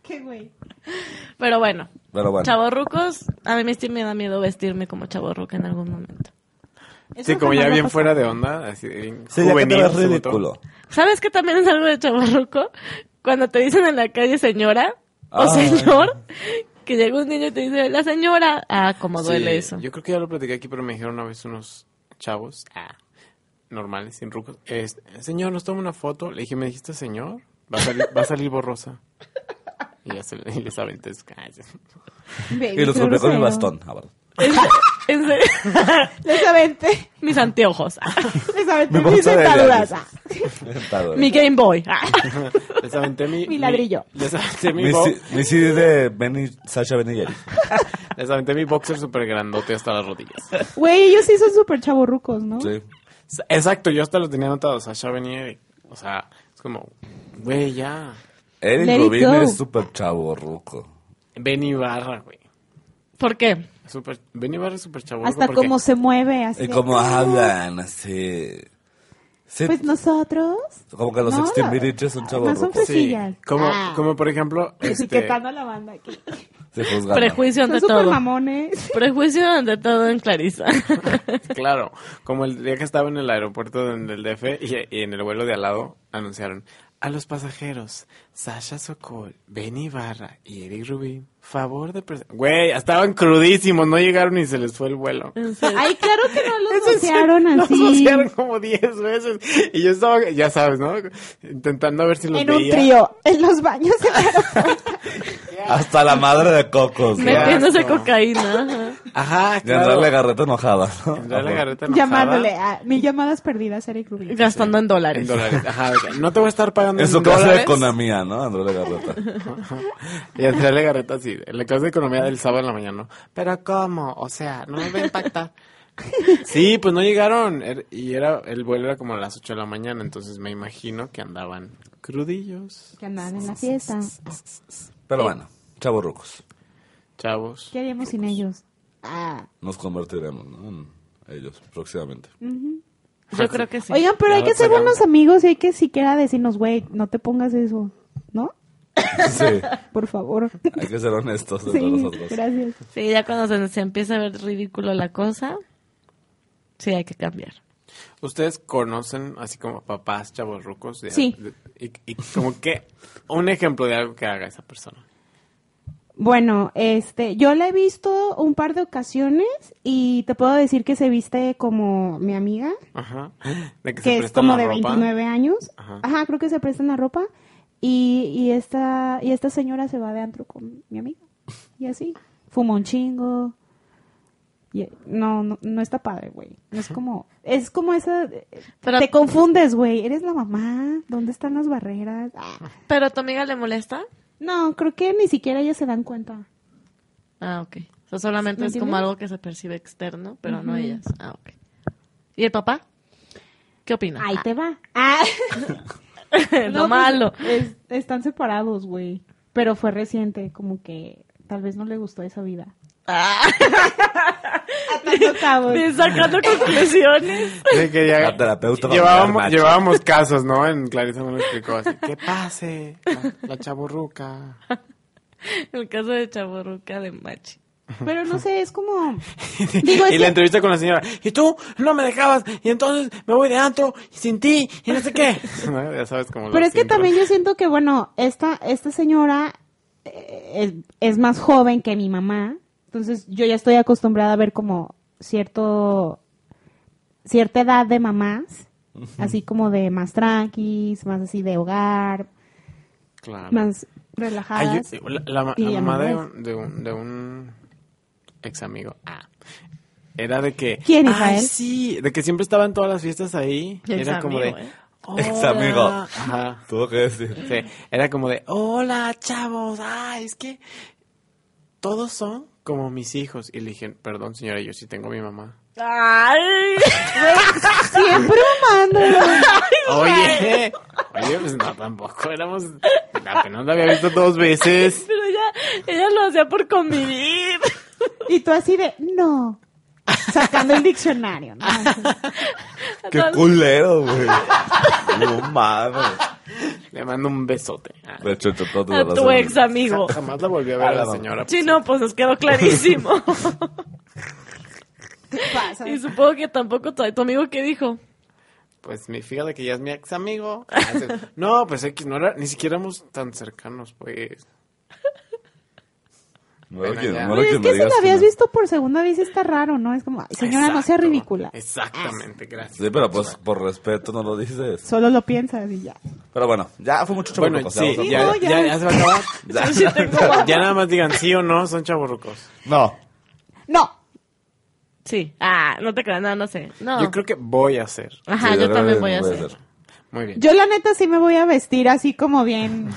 ¿Qué, güey? Pero bueno, Pero bueno. chavorrucos, a mí me sí me da miedo vestirme como chavorruca en algún momento. Sí, como ya bien fuera de onda, así de bien Sí, ya que te juvenil, ves sobre ridículo. todo. ¿Sabes que también es algo de chavorruco? Cuando te dicen en la calle señora Ah. o Ay. señor, que llega un niño y te dice la señora. Ah, cómo duele Sí, eso. Yo creo que ya lo platiqué aquí, pero me dijeron una vez unos chavos ah, normales, sin rucos. es, señor, ¿nos toma una foto? Le dije, ¿me dijiste señor? Va a salir, va a salir borrosa. Y ya se y les aventé ah, sus calles. Y los golpeé con mi bastón. Ah, bueno. En serio. Les aventé, Mis anteojos. les aventé Mi mis bolsa de dentaduras. diarios. ah. Sentado. Mi Game Boy. Les aventé mi... Mi ladrillo. les, aventé mi Mi, bo- si- mi CD de Benny, Sasha Benny Jerry. les aventé mi boxer súper grandote hasta las rodillas. Güey, ellos sí son súper chavorrucos, ¿no? Sí. S- Exacto, yo hasta lo tenía anotado. Sasha venía y- O sea, es como, güey, ya. Eric Let it Rubin go. es súper chavo ruco. Ven y barra, güey. ¿Por qué? Super, ven y barra es súper chavos. Hasta cómo se mueve, así. Y de- como Ah, hablan, así. Sí, Pues nosotros. como que los no, extimbiriches son No son chavorrucos. Sí, fresillas. como, Ah. como por ejemplo, este, Etiquetando a la banda aquí. Se juzgan. Prejuicio Son ante súper todo. mamones. Prejuicio ante todo en Clarisa. claro, como el día que estaba en el aeropuerto en el DF y, y en el vuelo de al lado anunciaron a los pasajeros Sasha Sokol, Benny Barra y Eric Rubin, favor de pres- Güey, estaban crudísimos, no llegaron y se les fue el vuelo. Ay, claro que no los Eso sí, asociaron los así. asociaron como 10 veces. Y yo estaba, ya sabes, ¿no? Intentando ver si los En un veía. trío, en los baños. Hasta la madre de cocos. ¿no? Me- Metiéndose asco. cocaína. ajá. Ajá, Y Andrade claro. Garreta enojada. ¿no? Entrarle garreta enojada llamándole a mil llamadas perdidas, Eric Rubin. Gastando en En dólares. dólares. Ajá, o sea, no te voy a estar pagando En en su clase de dólares. economía, ¿no? Andrés Legarreta. Y Andrea Garreta sí, en la clase de economía del sábado en la mañana, ¿no? Pero ¿cómo? O sea, no me va a impactar. Sí, pues no llegaron. Er- Y era, el vuelo era como a las 8 de la mañana, entonces me imagino que andaban crudillos, Que andaban en la fiesta. Pero bueno, chavorrucos. chavos. ¿Qué haríamos sin ellos? Ah. Nos convertiremos, ¿no? En ellos próximamente. Yo creo que sí. Oigan, pero Ya hay que los ser sacamos. buenos amigos y hay que siquiera decirnos, güey, no te pongas eso, ¿no? Sí, hay Por favor. que ser honestos entre Sí, nosotros. gracias. Sí, ya cuando se, se empieza a ver ridículo la cosa, sí hay que cambiar. ¿Ustedes conocen así como papás chavos rucos? Sí. y, y como que un ejemplo de algo que haga esa persona. Bueno, este, yo la he visto un par de ocasiones y te puedo decir que se viste como mi amiga, Ajá. De que, se que es prestan como la de ropa. 29 años. Ajá. Ajá. creo que se prestan la ropa y, y esta y esta señora se va de antro con mi amiga y así, fuma un chingo. Y- no, no, no está padre, güey. No es como, es como esa, Pero- te confundes, güey. Eres la mamá, ¿dónde están las barreras? Ah. ¿Pero a tu amiga le molesta? No, creo que ni siquiera ellas se dan cuenta. Ah, ok. O sea, solamente ¿Me es como entiendes? algo que se percibe externo, pero no ellas. Ah, ok. ¿Y el papá? ¿Qué opina? Ah, Ahí te va. Ah. lo No, pues, malo. es- están separados, güey. Pero fue reciente, como que tal vez no le gustó esa vida. Ah, Atando cabos. de- sacando conclusiones. De que ya- La terapeuta familiar, llevábamos, macho. llevábamos casos, ¿no? En Clarisa me lo explicó así. Que pase la, la chavorruca. El caso de Chaborruca de Machi. Pero no sé, es como... Digo, y es la que- entrevista con la señora. Y tú no me dejabas. Y entonces me voy de antro y sin ti y no sé qué. ¿No? Ya sabes cómo lo Pero es que siento. también yo siento que, bueno, esta, esta señora eh, es, es más joven que mi mamá. Entonces yo ya estoy acostumbrada a ver como cierto, cierta edad de mamás. Así como de más tranquis, más así de hogar, Claro. más Ay, relajadas. yo- la, la- Y la mamá de llamadas. un, de un, de un ex amigo ah, era de que. ¿Quién, Ay, Israel? sí, de que siempre estaba en todas las fiestas ahí. y Ex era como de. amigo, ¿eh? Ex amigo. "Hola". Ajá. Tuvo que decir. Sí, era como de, hola chavos, ah, es que todos son como mis hijos. Y le dije, perdón señora, yo sí tengo a mi mamá. Ay, Siempre mamando. Oye, oye, pues no, tampoco, éramos, apenas la había visto dos veces. pero ella, ella lo hacía por convivir. Y tú así de, no. Sacando el diccionario. ¿no? ¡Qué culero, güey! ¡No mames! Le mando un besote. Ah, De hecho, yo todo A tu ex amigo. Jamás la volví a ver A a la la mamá. señora. Sí, no, pues nos quedó clarísimo. ¿Qué pasa? y supongo que tampoco tu, tu amigo qué dijo. Pues mi- fíjate que ya es mi ex amigo. Ah, sí. No, pues X, no era, ni siquiera éramos tan cercanos, pues. No lo Ven quiero- allá. no lo Pero Pues quiero, es me que si digas la que habías no. visto por segunda vez está raro, ¿no? Es como, "Ay, señora, no sea Exacto. ridícula. Exactamente, gracias. Sí, pero pues por respeto no lo dices. Solo lo piensas y ya. Pero bueno, ya fue mucho Bueno, chavorrucos. sí, vamos a- ya, no, ya. ya- ya se va a acabar. Ya. Ya nada más digan sí o no, son chavorrucos. No. No. Sí. Ah, no te creas, no, no sé. No. Yo creo que voy a hacer. Ajá, Sí, yo creo también que voy a voy a hacer. hacer. Muy bien. Yo la neta sí me voy a vestir así como bien,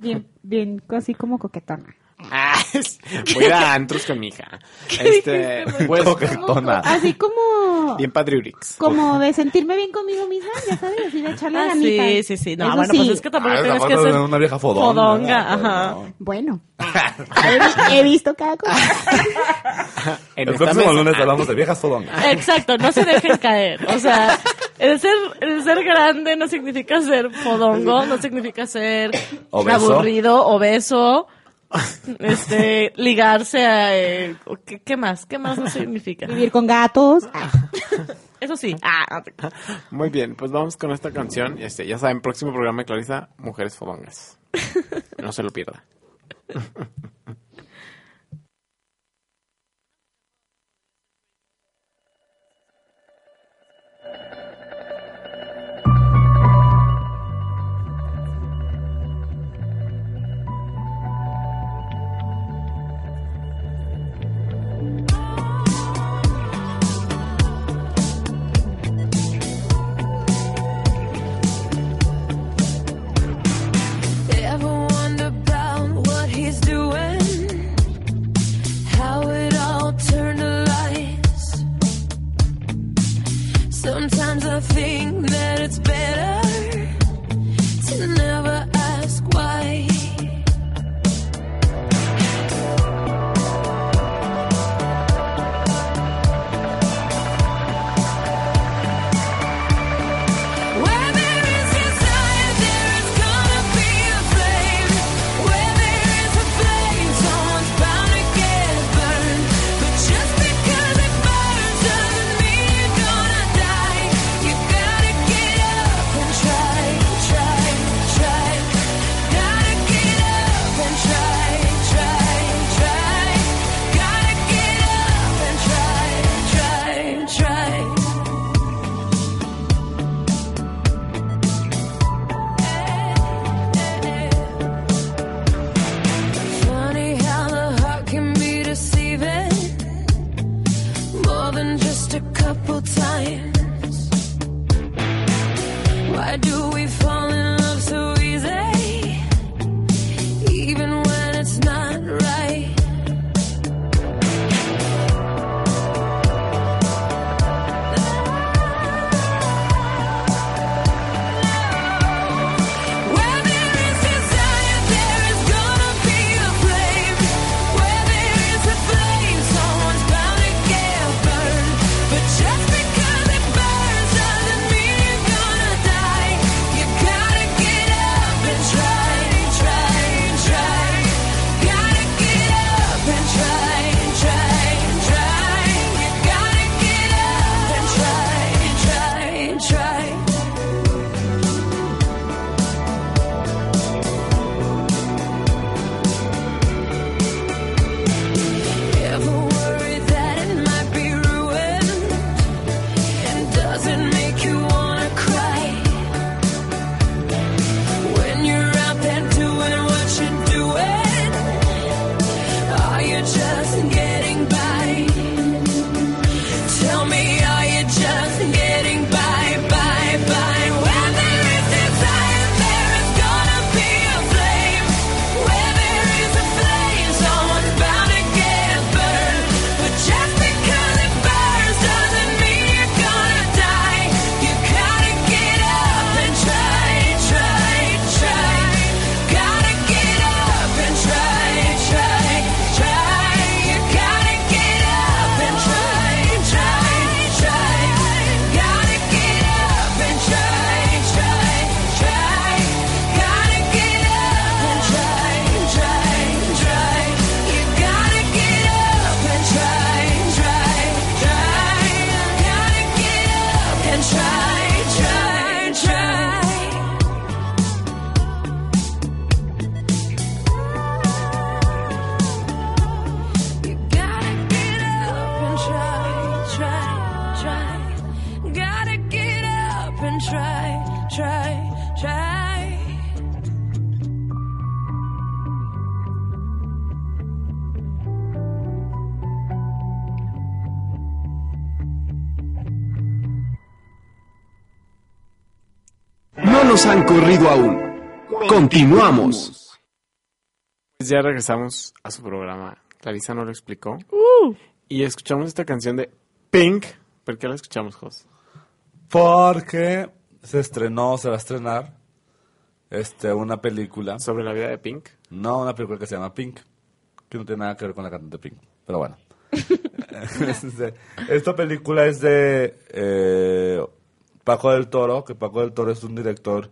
bien, bien, así como coquetona. Ah, es- voy a ir a antros con mi hija. Este, pues, Coquetona. Así como, bien Padriurix. como de sentirme bien conmigo misma, ya sabes, así de echarle Ah, ganitas. sí, sí, sí. No, Eso bueno, sí. pues es que tampoco Ah, tienes tampoco que es ser una vieja fodonga. Fodonga, Ah, ajá. No. Bueno, he, he visto cada cosa. En El esta próximo mesa- Ah. lunes hablamos de viejas fodongas. Exacto, no se dejen caer. O sea, El ser, el ser grande no significa ser podongo, no significa ser Obeso. aburrido, obeso, este, ligarse a... eh, ¿qué, qué más? ¿Qué más no significa? Vivir con gatos. Ah, Eso sí. Ah, no te- Muy bien, pues vamos con esta canción. Este, ya saben, próximo programa de Clarisa, Mujeres Fodongas. No se lo pierda. Ever wonder about what he's doing? How it all turned to lies. Sometimes I think that it's better to never ask why. Where there is desire, there is gonna be a flame. Where there is a flame, someone's bound to get burned. But just because it burns doesn't mean you're gonna die. You gotta get up and try, try, try. Gotta get up and try, try, try. Gotta get up and try, try, try. Funny how the heart can be deceiving more than just a couple times. Why do we fall in love so easy, even when it's not right? Where there is desire, there is gonna be a flame. Where there is a flame, someone's bound to get burned. But just because it burns doesn't mean you're gonna die. You gotta get up and try, try, try. Gotta get up and try, try, try. You gotta get up and try, try, try. Ever worry that it might be ruined? And does it make you wanna cry? When you're out there doing what you're doing, are you just getting by? Tell me, are you just getting by, by, by? Where there is desire, there is gonna be a flame. Where there is a flame, someone's bound to get burned. But just because it burns doesn't mean you're gonna die. You gotta get up and try, try, try. Gotta get up and try, try, try. You gotta get up and try, try, try. Gotta get up and try, try, try. Gotta get up and try, try, try. You gotta get up and try, try, try. Gotta get up and try, try, try. You gotta get up and try, try, try. Gotta get up and try, try, try. No nos han corrido aún. Continuamos. Pues ya regresamos a su programa. Clarisa no lo explicó. Y escuchamos esta canción de Pink. ¿Por qué la escuchamos, Jos? Porque se estrenó, se va a estrenar este, una película. Sobre la vida de Pink. No, una película que se llama Pink, que no tiene nada que ver con la cantante Pink, pero bueno. Este, Esta película es de eh, Paco del Toro, que Paco del Toro es un director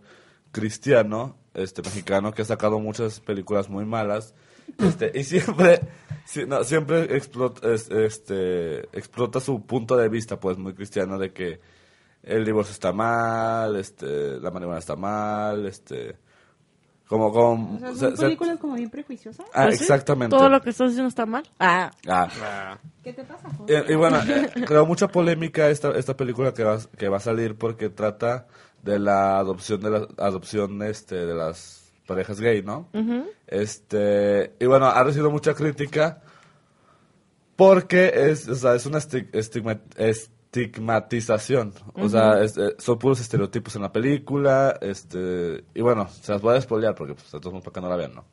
cristiano, este mexicano, que ha sacado muchas películas muy malas. Este, y siempre, si- no, siempre explota, es- este, explota su punto de vista, pues muy cristiano, de que el divorcio está mal, este, la marihuana está mal, este, como, como, O sea, se- son se- películas como bien prejuiciosas. Ah, Pues sí, exactamente. Todo lo que estás haciendo está mal. Ah, Ah. ¿Qué te pasa, Jorge? Y, y bueno, eh, creó mucha polémica esta, esta película que va, que va a salir porque trata de la adopción de la adopción este de las parejas gay, ¿no? Este y bueno, ha recibido mucha crítica porque es, o sea, es una esti- estigma- estigmatización, o sea, es- eh, son puros estereotipos en la película, este y bueno, se las voy a despolear porque pues, de todos modos, para que no la vean, ¿no?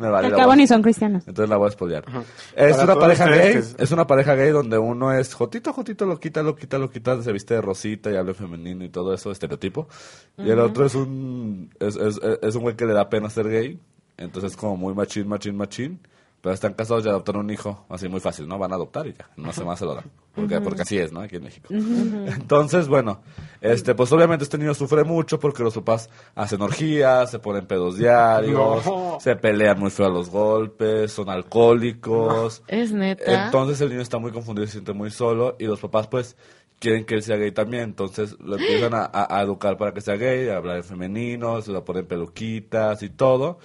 Me vale la Al cabo voz. ni son cristianos. Entonces la voy a spoilear. Es Para una todos pareja ustedes gay, que es... es- una pareja gay donde uno es jotito, jotito, lo quita, lo quita, lo quita, se viste de rosita y habla femenino y todo eso, estereotipo. Y el otro es un es, es, es un güey que le da pena ser gay, entonces es como muy machín, machín, machín. Pero están casados y adoptan un hijo, así muy fácil, ¿no? Van a adoptar y ya, en una semana se lo dan. Porque, porque así es, ¿no? Aquí en México. Entonces, bueno, este pues obviamente este niño sufre mucho porque los papás hacen orgías, se ponen pedos diarios, No. se pelean muy feo a los golpes, son alcohólicos. es neta. Entonces el niño está muy confundido, se siente muy solo y los papás pues quieren que él sea gay también. Entonces lo empiezan a, a- a educar para que sea gay, a hablar en femenino, se lo ponen peluquitas y todo.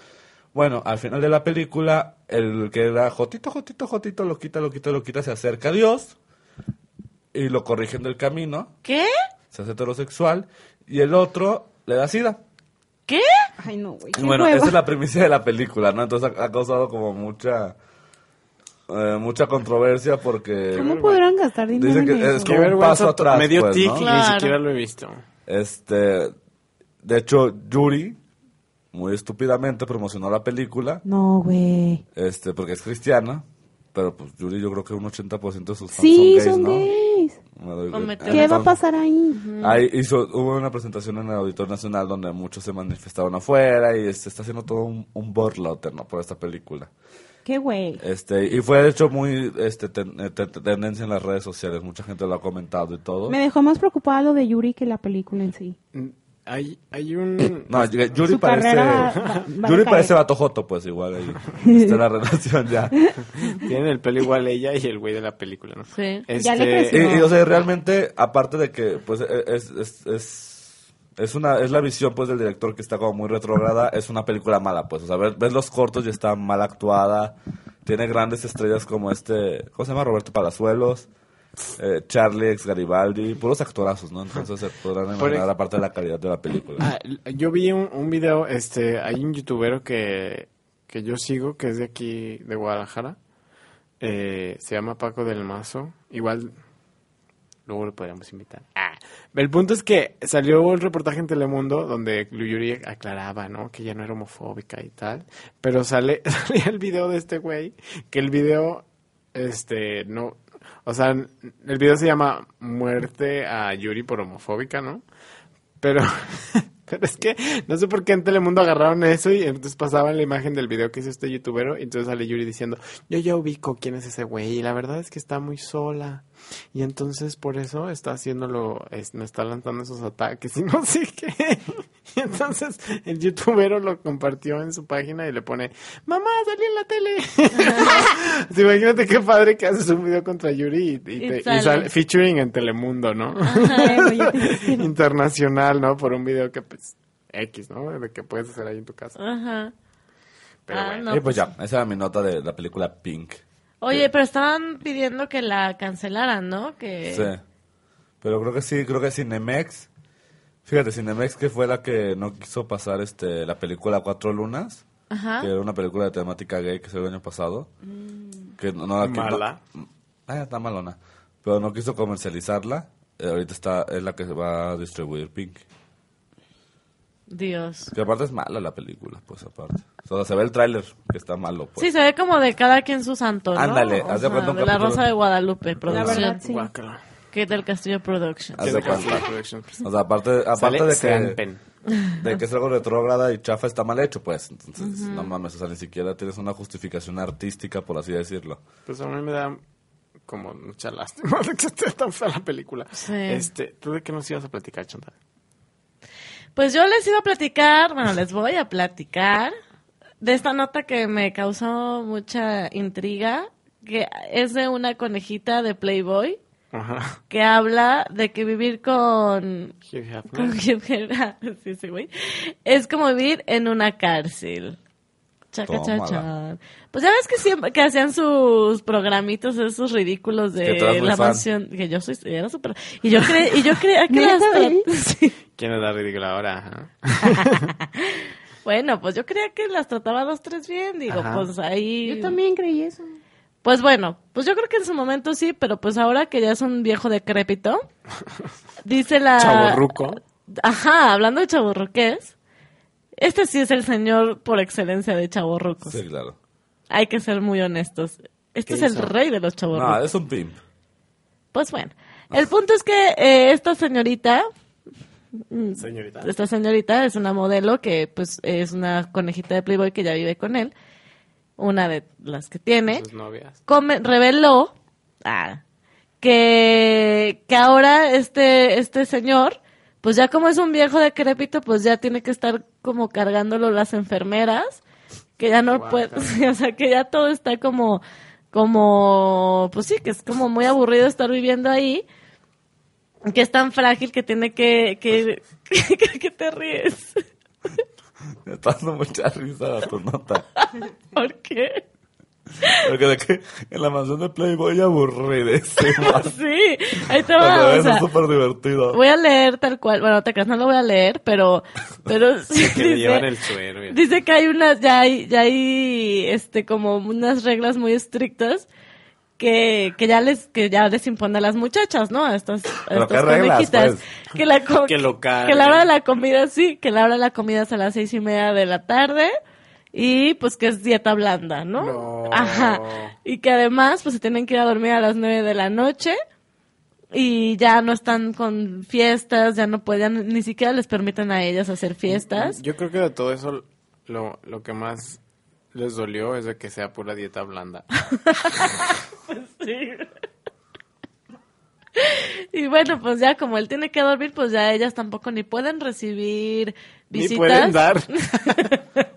Bueno, al final de la película, el que era Jotito, Jotito, Jotito, lo quita, lo quita, lo quita, se acerca a Dios y lo corrigen del camino, ¿Qué? se hace heterosexual y el otro le da sida. ¿Qué? Ay, no, güey. Y qué Bueno, hueva. esa es la primicia de la película, ¿no? Entonces ha, ha causado como mucha eh, mucha controversia porque ¿Cómo pudieron gastar dinero Dicen que en es eso? que- un paso to- atrás, Me dio pues, tic, ¿no? ni Claro. siquiera lo he visto. este de hecho Yuri muy estúpidamente promocionó la película, No, güey. este porque es cristiana, pero pues Yuri yo creo que un 80% de sus fans Sí, son gays, son ¿no? gays. Me doy- Cometieron. ¿Qué va a Entonces- pasar ahí? Ahí hizo, hubo una presentación en el Auditorio Nacional donde muchos se manifestaron afuera y se está haciendo todo un, un borlote, ¿no? Por esta película. ¿Qué güey? Este, y fue de hecho muy este, ten- eh, ten- tendencia en las redes sociales, mucha gente lo ha comentado y todo. Me dejó más preocupada lo de Yuri que la película en sí. Mm, Hay, hay un... No, Yu- Yuri Pues, Su parece, carrera va- va a Yuri caer. parece batojoto, pues igual ahí está la relación ya. Tienen el pelo igual ella y el güey de la película, ¿no? Sí. Ya le creció. Y, y, o sea, realmente, aparte de que, pues, e- es, es, es, es una, es la visión, pues, del director que está como muy retrograda, es una película mala, pues, o sea, ves, ves los cortos y está mal actuada, tiene grandes estrellas como este, ¿cómo se llama? Roberto Palazuelos, eh, Charlie ex Garibaldi, puros actorazos, ¿no? Entonces se podrán imaginar, ej- aparte de la calidad de la película. Ah, l- yo vi un, un video, este, hay un youtubero que, que yo sigo, que es de aquí, de Guadalajara. Eh, se llama Paco del Mazo. Igual, luego lo podríamos invitar. Ah, El punto es que salió el reportaje en Telemundo donde Yuri aclaraba, ¿no? Que ya no era homofóbica y tal. Pero sale, salía el video de este güey, que el video, este, no... O sea, el video se llama Muerte a Yuri por homofóbica, ¿no? Pero, pero es que no sé por qué en Telemundo agarraron eso y entonces pasaban la imagen del video que hizo este youtubero y entonces sale Yuri diciendo, yo ya ubico quién es ese güey y la verdad es que está muy sola y entonces por eso está haciéndolo, es- me está lanzando esos ataques y no sé qué. Y entonces el youtubero lo compartió en su página y le pone, mamá, salí en la tele. Sí, imagínate qué padre que haces un video contra Yuri y, y Y te- y sale. sale featuring en Telemundo, ¿no? Ay, güey, yo pensé que no. internacional, ¿no? Por un video que, pues, X, ¿no? De que puedes hacer ahí en tu casa. Ajá. Pero Ah, bueno. no, y pues eh. ya, esa era mi nota de la película Pink. Oye, pero estaban pidiendo que la cancelaran, ¿no? Que... Sí. Eh, Pero creo que sí, creo que Cinemex. Fíjate, Cinemex que fue la que no quiso pasar este la película Cuatro Lunas, Ajá. que era una película de temática gay que se el año pasado. Mm. Que no, no la qui- Mala. no- Ah, está malona. Pero no quiso comercializarla. Eh, ahorita está es la que se va a distribuir Pink. Dios. Que aparte es mala la película, pues aparte. O sea, se ve el tráiler que está malo, pues. Sí, se ve como de cada quien su santo, ¿no? Ándale, O haz de sea, cuenta un de La capítulo. Rosa de Guadalupe, producción. verdad, sí. Guácala. Que del Castillo Productions. Haz ¿Qué de de Castle cuenta. Productions? pues. O sea, aparte, aparte Sale de Sean que, Penn. de que es algo retrógrada y chafa, está mal hecho, pues. Entonces, no mames, o sea, ni siquiera tienes una justificación artística, por así decirlo. Pues a mí me da como mucha lástima de que esté tan fea la película. Sí. Este, ¿Tú de qué nos ibas a platicar, Chantal? Pues yo les iba a platicar, bueno, les voy a platicar de esta nota que me causó mucha intriga, que es de una conejita de Playboy Ajá. que habla de que vivir con... Hugh Hefner. con sí, sí, güey, es como vivir en una cárcel. Chaca, cha, Tómala. chan. Pues ya ves que siempre que hacían sus programitos esos ridículos de Que tú eras muy la fan. mansión que yo soy era súper y yo cre, y yo creía que ¿Neta, las tra- güey? sí. ¿Quién es la ridícula ahora? Ajá. Ah. Bueno, pues yo creía que las trataba dos, tres bien, digo, Ajá. pues ahí... Yo también creí eso. Pues bueno, pues yo creo que en su momento sí, pero pues ahora que ya es un viejo decrépito, dice la... Chavorruco. Ajá, hablando de chaborruques, este sí es el señor por excelencia de chaborrucos. Sí, claro. Hay que ser muy honestos. ¿Qué Este es el hizo? rey de los chaborrucos. No, es un pimp. Pues bueno, el punto es que eh, esta señorita, mm, Señorita. esta señorita es una modelo que pues es una conejita de Playboy que ya vive con él, una de las que tiene, Sus novias. come- reveló ah, que, que ahora este, este señor, pues ya como es un viejo decrépito, pues ya tiene que estar como cargándolo las enfermeras, que ya no puede, o sea, que ya todo está como, como, pues sí, que es como muy aburrido estar viviendo ahí, que es tan frágil que tiene que, que, que, que te ríes. Me está dando mucha risa a tu nota. ¿Por qué? Porque de que en la mansión de Playboy aburridísima. Sí, ahí te va, Cuando o ves, sea, es súper divertido. Voy a leer tal cual. Bueno, te creas, no lo voy a leer, pero. pero sí Que le llevan el dice, suero. y- dice que hay unas. Ya hay, ya hay este, como unas reglas muy estrictas que, que, ya, les, que ya les impone a las muchachas, ¿no? A estas, a ¿Pero estas qué reglas, conejitas. pues? Que, la co- Que lo carguen. que la hora de la comida, sí. Que la hora de la comida es a las seis y media de la tarde. Y pues que es dieta blanda, ¿no? No. Ajá. Y que además, pues se tienen que ir a dormir a las nueve de la noche y ya no están con fiestas, ya no pueden, ni siquiera les permiten a ellas hacer fiestas. Yo creo que de todo eso lo, lo que más les dolió es de que sea pura dieta blanda. Sí. Y bueno, pues ya como él tiene que dormir, pues ya ellas tampoco ni pueden recibir Ni visitas. pueden dar.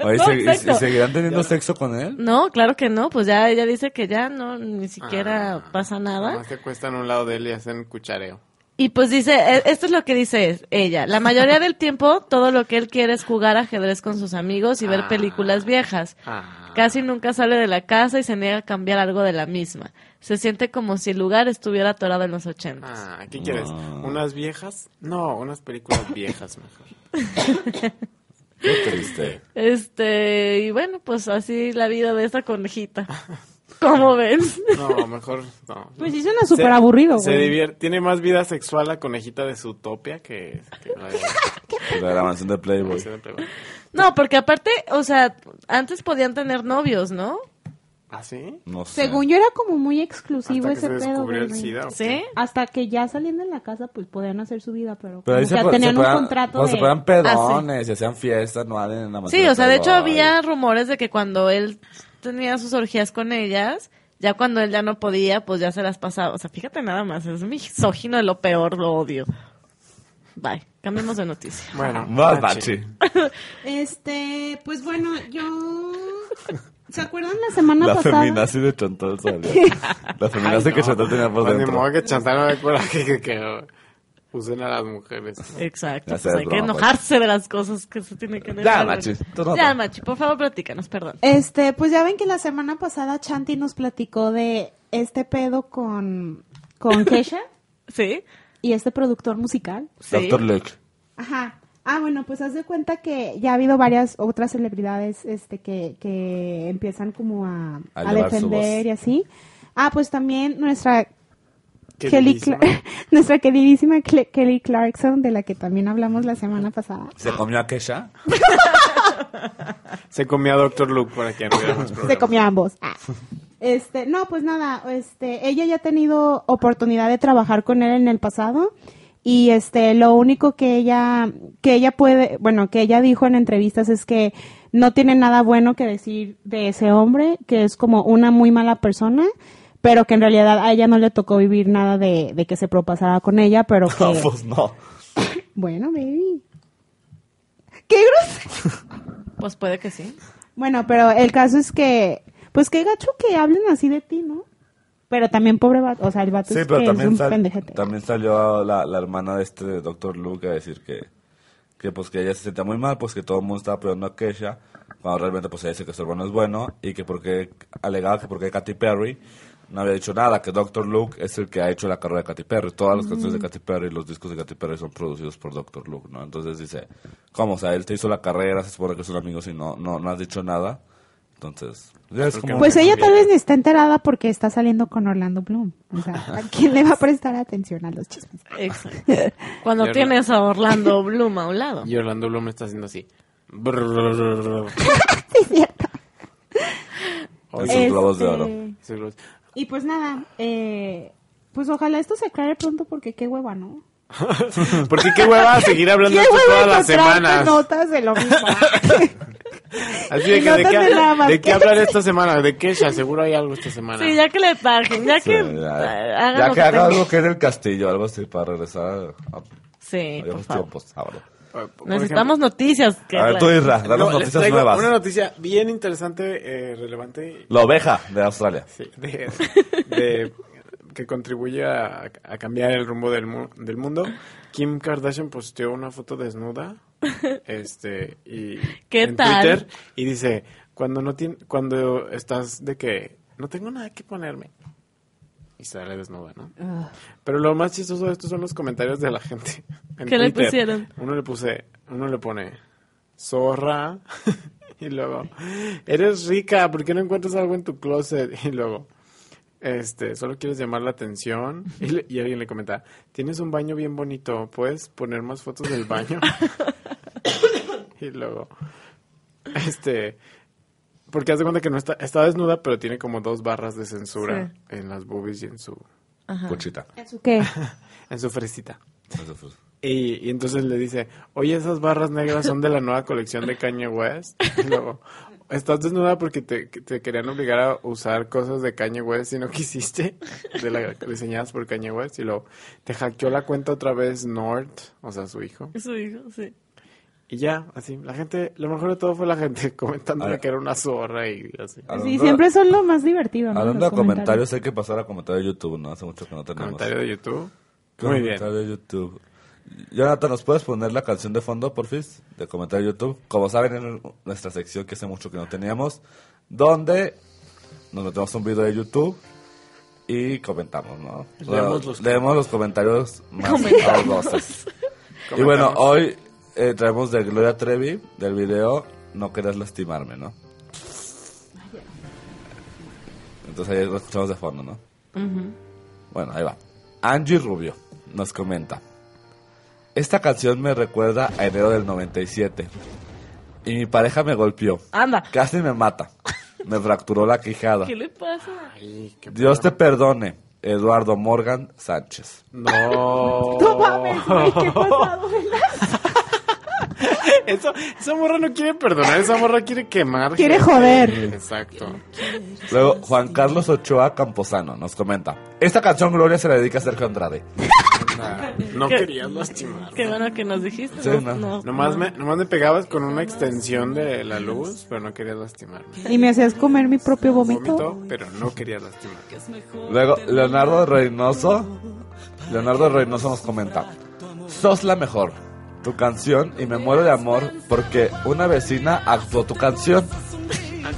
Oye, ¿y No, se- y- exacto. y seguirán teniendo sexo con él? No, claro que no, pues ya ella dice que ya no, ni siquiera Ah. pasa nada. Nomás se cuestan a un lado de él y hacen cuchareo. Y pues dice, e- esto es lo que dice es- ella. La mayoría del tiempo, todo lo que él quiere es jugar ajedrez con sus amigos y ver Ah. películas viejas. Ah. Casi nunca sale de la casa y se niega a cambiar algo de la misma. Se siente como si el lugar estuviera atorado en los ochentas. Ah, ¿qué quieres? ¿Unas viejas? No, unas películas viejas mejor. Qué triste. Este, y bueno, pues así la vida de esta conejita. ¿Cómo ven? No, mejor no. Pues sí suena súper aburrido, Se güey. divier- Tiene más vida sexual la conejita de Zootopia que, que la de- La de la mansión de la Playboy. de Playboy. No, porque aparte, o sea, antes podían tener novios, ¿no? ¿Ah, sí? No sé. Según yo era como muy exclusivo Hasta que ese se pedo. descubrió el güey. SIDA. ¿o ¿Sí? qué? Hasta que ya saliendo de la casa, pues podían hacer su vida, pero. Pero o ahí se, sea, po- tenían se un ponían- contrato no, de. Ah, se ponían pedones y hacían fiestas anuales en Pues la mansión Sí, o sea, de hecho Playboy. había rumores de que cuando él tenía sus orgías con ellas, ya cuando él ya no podía, pues ya se las pasaba. O sea, fíjate nada más, es misógino de lo peor, lo odio. Bye, cambiemos de noticia. Bueno, ah, Más Bachi. bachi. Este, pues bueno, yo. ¿Se acuerdan la semana La pasada? feminazi de Chantal salió. La feminazi Ay, que no. Chantal tenía por Pues ni dentro. modo que Chantal no recuerda que, que, que usen a las mujeres. Exacto, Ya pues sé, hay que broma, enojarse de las cosas que se tienen que Ya, enojar. Machi, tú no. Ya, Machi, por favor, platícanos, perdón. Este, pues ya ven que la semana pasada Chanti nos platicó de este pedo con, con Kesha ¿Sí? y este productor musical. ¿Sí? Doctor Luke. Ajá. Ah, bueno, pues haz de cuenta que ya ha habido varias otras celebridades este, que, que empiezan como a, A a elevar su defender voz. y así. Ah, pues también nuestra Qué Kelly bellísima. Cla- nuestra queridísima Cle- Kelly Clarkson, de la que también hablamos la semana pasada. ¿Se comió a Kesha? Se comía a Doctor Luke para que no hubiéramos Se problemas. comía ambos. Ah. Este, no, pues nada, este, ella ya ha tenido oportunidad de trabajar con él en el pasado y este, lo único que ella, que ella puede, bueno, que ella dijo en entrevistas es que no tiene nada bueno que decir de ese hombre, que es como una muy mala persona, pero que en realidad a ella no le tocó vivir nada de, de que se propasara con ella, pero que... No, pues no. Bueno, baby. ¡Qué grosero! Pues puede que sí. Bueno, pero el caso es que, pues qué gacho que hablen así de ti, ¿no? Pero también pobre vato, o sea, el vato Sí, es, pero que es también, un sal- pendejete. también salió la, la hermana de este doctor Luke a decir que, que pues que ella se sentía muy mal, pues que todo el mundo estaba apoyando a Kesha, cuando realmente pues ella dice que su hermano es bueno y que porque alegaba que porque Katy Perry no había dicho nada, que Dr. Luke es el que ha hecho la carrera de Katy Perry. Todas las canciones de Katy Perry, los discos de Katy Perry son producidos por Dr. Luke, ¿no? Entonces dice, ¿cómo? O sea, él te hizo la carrera, se supone que son amigos y no, no, no has dicho nada. Entonces, ya es como... Pues que- ella tal vez ni está enterada porque está saliendo con Orlando Bloom. O sea, ¿a quién le va a prestar atención a los chismes? Exacto. Cuando Yo tienes a Orlando Bloom a un lado. Y Orlando Bloom está haciendo así. en sus globos de oro. Este, Sí, Y pues nada, eh, pues ojalá esto se aclare pronto porque qué hueva, ¿no? Porque qué hueva seguir hablando de esto todas las encontrar semanas. notas de lo mismo. Así de y que, ¿de notas qué, de nada más. de qué hablar esta semana? ¿De qué? Ya seguro hay algo esta semana. Sí, ya que le paguen, ya Sí, que eh, ya, hagan ya lo que haga tengan. algo que en el castillo, algo así, para regresar a, a- Sí, a por viejos favor. tiempos. Ahora. Por ejemplo, Necesitamos noticias. que A ver, tú, Isra, danos no, les noticias traigo nuevas. Una noticia bien interesante, eh, relevante, La oveja de Australia. sí, de, de- que contribuye a, a cambiar el rumbo del, mu- del mundo. Kim Kardashian posteó una foto desnuda este, y, ¿Qué en tal? Twitter y dice, cuando, no tien- cuando estás de que no tengo nada que ponerme. Y sale desnuda, ¿no? Pero lo más chistoso de esto son los comentarios de la gente. en ¿Qué le Twitter. pusieron? Uno le puse, uno le pone zorra y luego eres rica, ¿por qué no encuentras algo en tu closet? Y luego este, solo quieres llamar la atención y, le- y alguien le comenta, "Tienes un baño bien bonito, puedes poner más fotos del baño." y luego este porque haz de cuenta que no está está desnuda, pero tiene como dos barras de censura en las boobies y en su Cuchita. ¿Qué? en su fresita. Eso fue. Y, y entonces le dice, oye, esas barras negras son de la nueva colección de Kanye West. Y luego, estás desnuda porque te, te querían obligar a usar cosas de Kanye West y no quisiste, de la, diseñadas por Kanye West. Y luego, te hackeó la cuenta otra vez North, o sea, su hijo. Su hijo, sí. Y ya, así, la gente, lo mejor de todo fue la gente comentándole Ahora- que era una zorra y así. Sí, Hablando- siempre son lo más divertido, ¿no? Hablando Los de comentarios, hay que pasar a comentarios de YouTube, ¿no? Hace mucho que no tenemos. Comentario de YouTube. Muy bien. Comentario de YouTube. Jonathan, ¿nos puedes poner la canción de fondo, por fin? De comentario de YouTube. Como saben, en nuestra sección que hace mucho que no teníamos, donde nos metemos un video de YouTube y comentamos, ¿no? Leemos los- leemos los comentarios más sabrosos. Y bueno, hoy eh, traemos de Gloria Trevi, del video No querés lastimarme, ¿no? Entonces ahí lo escuchamos de fondo, ¿no? Bueno, ahí va. Angie Rubio nos comenta. Esta canción me recuerda a enero del 97. Y mi pareja me golpeó. Anda. Casi me mata. Me fracturó la quijada. ¿Qué le pasa? Ay, qué Dios te perdone, Eduardo Morgan Sánchez. No. No mames, güey, qué pasado, ¿verdad? Eso, esa morra no quiere perdonar, esa morra quiere quemar. Quiere gente. joder. Exacto. Luego, Juan Carlos Ochoa Camposano nos comenta. Esta canción Gloria se la dedica a Sergio Andrade. No ¿Qué? querías lastimar. Qué bueno que nos dijiste. Sí, no, no. no. Nomás me, nomás me pegabas con una extensión de la luz, pero no querías lastimarme. Y me hacías comer mi propio vómito. Vómito, pero no querías lastimarme. Luego, Leonardo Reynoso. Leonardo Reynoso nos comenta: Sos la mejor. Tu canción y me muero de amor porque una vecina actuó tu canción.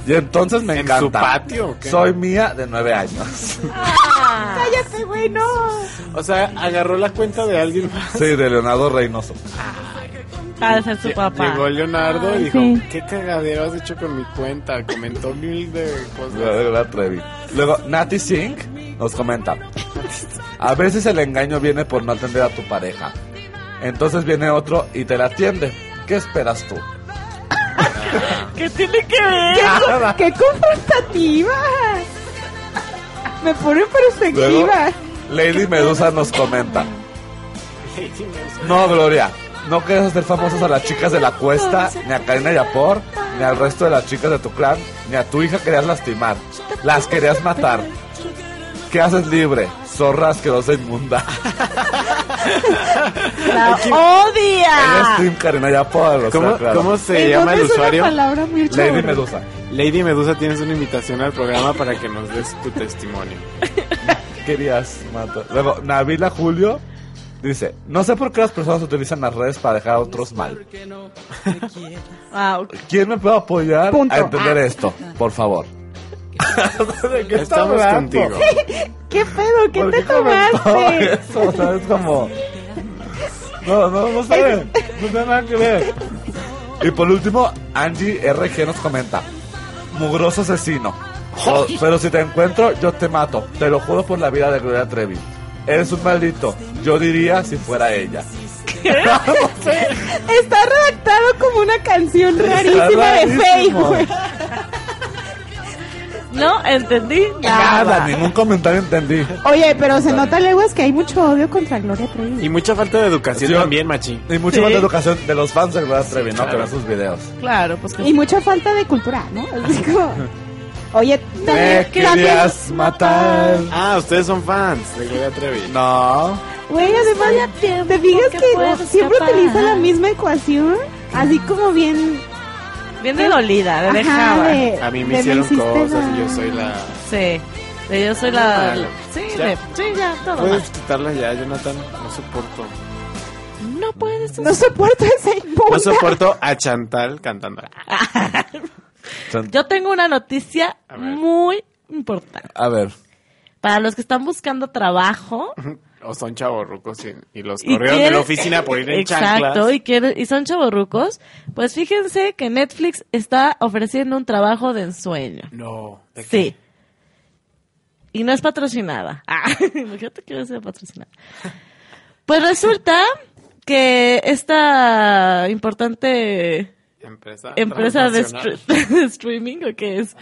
Y entonces me ¿En encanta. su patio o qué? Soy mía de nueve años. ¡Cállate, güey, no! O sea, agarró la cuenta de alguien más. Sí, de Leonardo Reynoso. Ha de ser su papá. Llegó Leonardo y dijo, sí. ¿qué cagadero has hecho con mi cuenta? Comentó mil de cosas. Luego, la Trevi. Luego, Nati Singh nos comenta: A veces el engaño viene por no atender a tu pareja. Entonces viene otro y te la atiende. ¿Qué esperas tú? ¿Qué tiene que ver? ¡Qué confrontativa! Me pone en Luego, perspectiva. Lady Medusa nos comenta. No, Gloria, no quieres hacer famosas a las chicas de la cuesta, ni a Karina Yapor, ni al resto de las chicas de tu clan, ni a tu hija querías lastimar. Las querías matar. ¿Qué haces libre? Zorra asquerosa inmunda. ¡La En odia! stream, Karina, ya puedo. ¿Cómo, cómo se llama el Entonces, usuario? una palabra Lady muy chula. Medusa. Lady Medusa, tienes una invitación al programa para que nos des tu testimonio. Querías matar. Luego, Navila Julio dice: No sé por qué las personas utilizan las redes para dejar a otros mal. Ah, ok. ¿Quién me puede apoyar Punto. Ah. a entender esto? Por favor. ¿De qué está Estamos hablando? contigo. ¿Qué pedo? ¿Qué ¿Por te comentó tomaste? Eso, o sea, es como. No, no, no saben. No tiene nada que ver. Y por último, Angie RG nos comenta: Mugroso asesino. Pero, pero si te encuentro, yo te mato. Te lo juro por la vida de Gloria Trevi. Eres un maldito. Yo diría si fuera ella. Está redactado como una canción rarísima de rarísimo. Fey, güey. No entendí nada. Nada, ningún comentario entendí. Oye, pero se nota leguas que hay mucho odio contra Gloria Trevi. Y mucha falta de educación Yo- también, machi. Y mucha Sí. más educación de los fans de Gloria Trevi, ¿no? Que claro. ven sus videos. Claro, pues Y mucha falta de cultura, ¿no? Así como- Oye, Me también- querías matar. Ah, ustedes son fans de Gloria Trevi. No. Güey, además, ¿te fijas que que puedas siempre escapar. utiliza la misma ecuación? Así como bien... Bien de dolida, de ajá, dejaba. de- A mí de me hicieron hiciste cosas mal. y yo soy la... Sí. De yo soy la. Malo. Sí, Ya. Pues- de- sí, ya, todo ¿Puedes quitarla ya, Jonathan? No soporto. mal. No puedes. No soporto ese No impulso. soporto a Chantal cantando. Yo tengo una noticia A ver. muy importante. A ver. Para los que están buscando trabajo, O son chavorrucos y, y los y corrieron de quieren- la oficina por ir en Exacto, chanclas. y, quieren- y son chavorrucos. Pues fíjense que Netflix está ofreciendo un trabajo de ensueño. No. ¿de qué? Sí. Y no es patrocinada. Ah, imagínate que iba a ser patrocinada. Pues resulta que esta importante Empresa. empresa de, transnacional. stre- de streaming, ¿o qué es?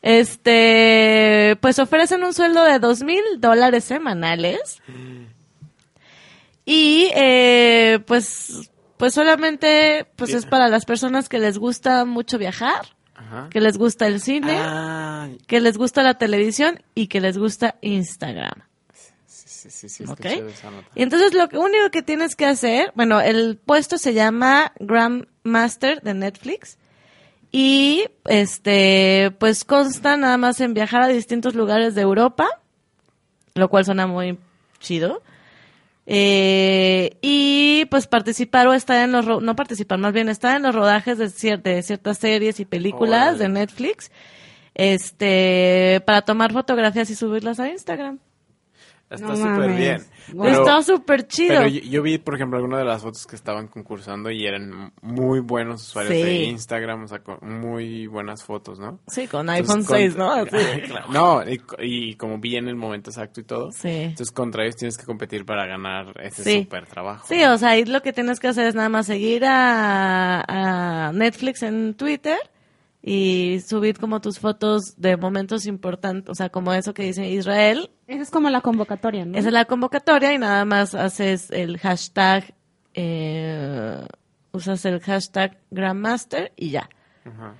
Este, pues ofrecen un sueldo de dos mil dólares semanales. Y, eh, pues, pues solamente, pues es para las personas que les gusta mucho viajar, Ajá. que les gusta el cine, Ah, que les gusta la televisión y que les gusta Instagram. sí, sí, sí, sí, ¿Ok? escuché de esa nota. Y entonces lo que- único que tienes que hacer, bueno, el puesto se llama Grandmaster de Netflix y este pues consta nada más en viajar a distintos lugares de Europa, lo cual suena muy chido. Eh, y pues participar o estar en los ro- no participar más bien estar en los rodajes de, cier- de ciertas series y películas Órale. de Netflix este para tomar fotografías y subirlas a Instagram Está No súper mames. bien. Guau. Pero- está súper chido Pero yo, yo vi, por ejemplo, algunas de las fotos que estaban concursando y eran muy buenos usuarios Sí. de Instagram, o sea, con muy buenas fotos, ¿no? Sí, con Entonces, iPhone con- 6, ¿no? Así. Claro. No, y, y como vi en el momento exacto y todo. Sí. Entonces, contra ellos tienes que competir para ganar ese Sí. super trabajo. Sí, o sea, ahí lo que tienes que hacer es nada más seguir a, a Netflix en Twitter y subir como tus fotos de momentos importantes, o sea, como eso que dice Israel, Esa es como la convocatoria, ¿no? esa es la convocatoria y nada más haces el hashtag, eh, usas el hashtag Grandmaster y ya. Ajá.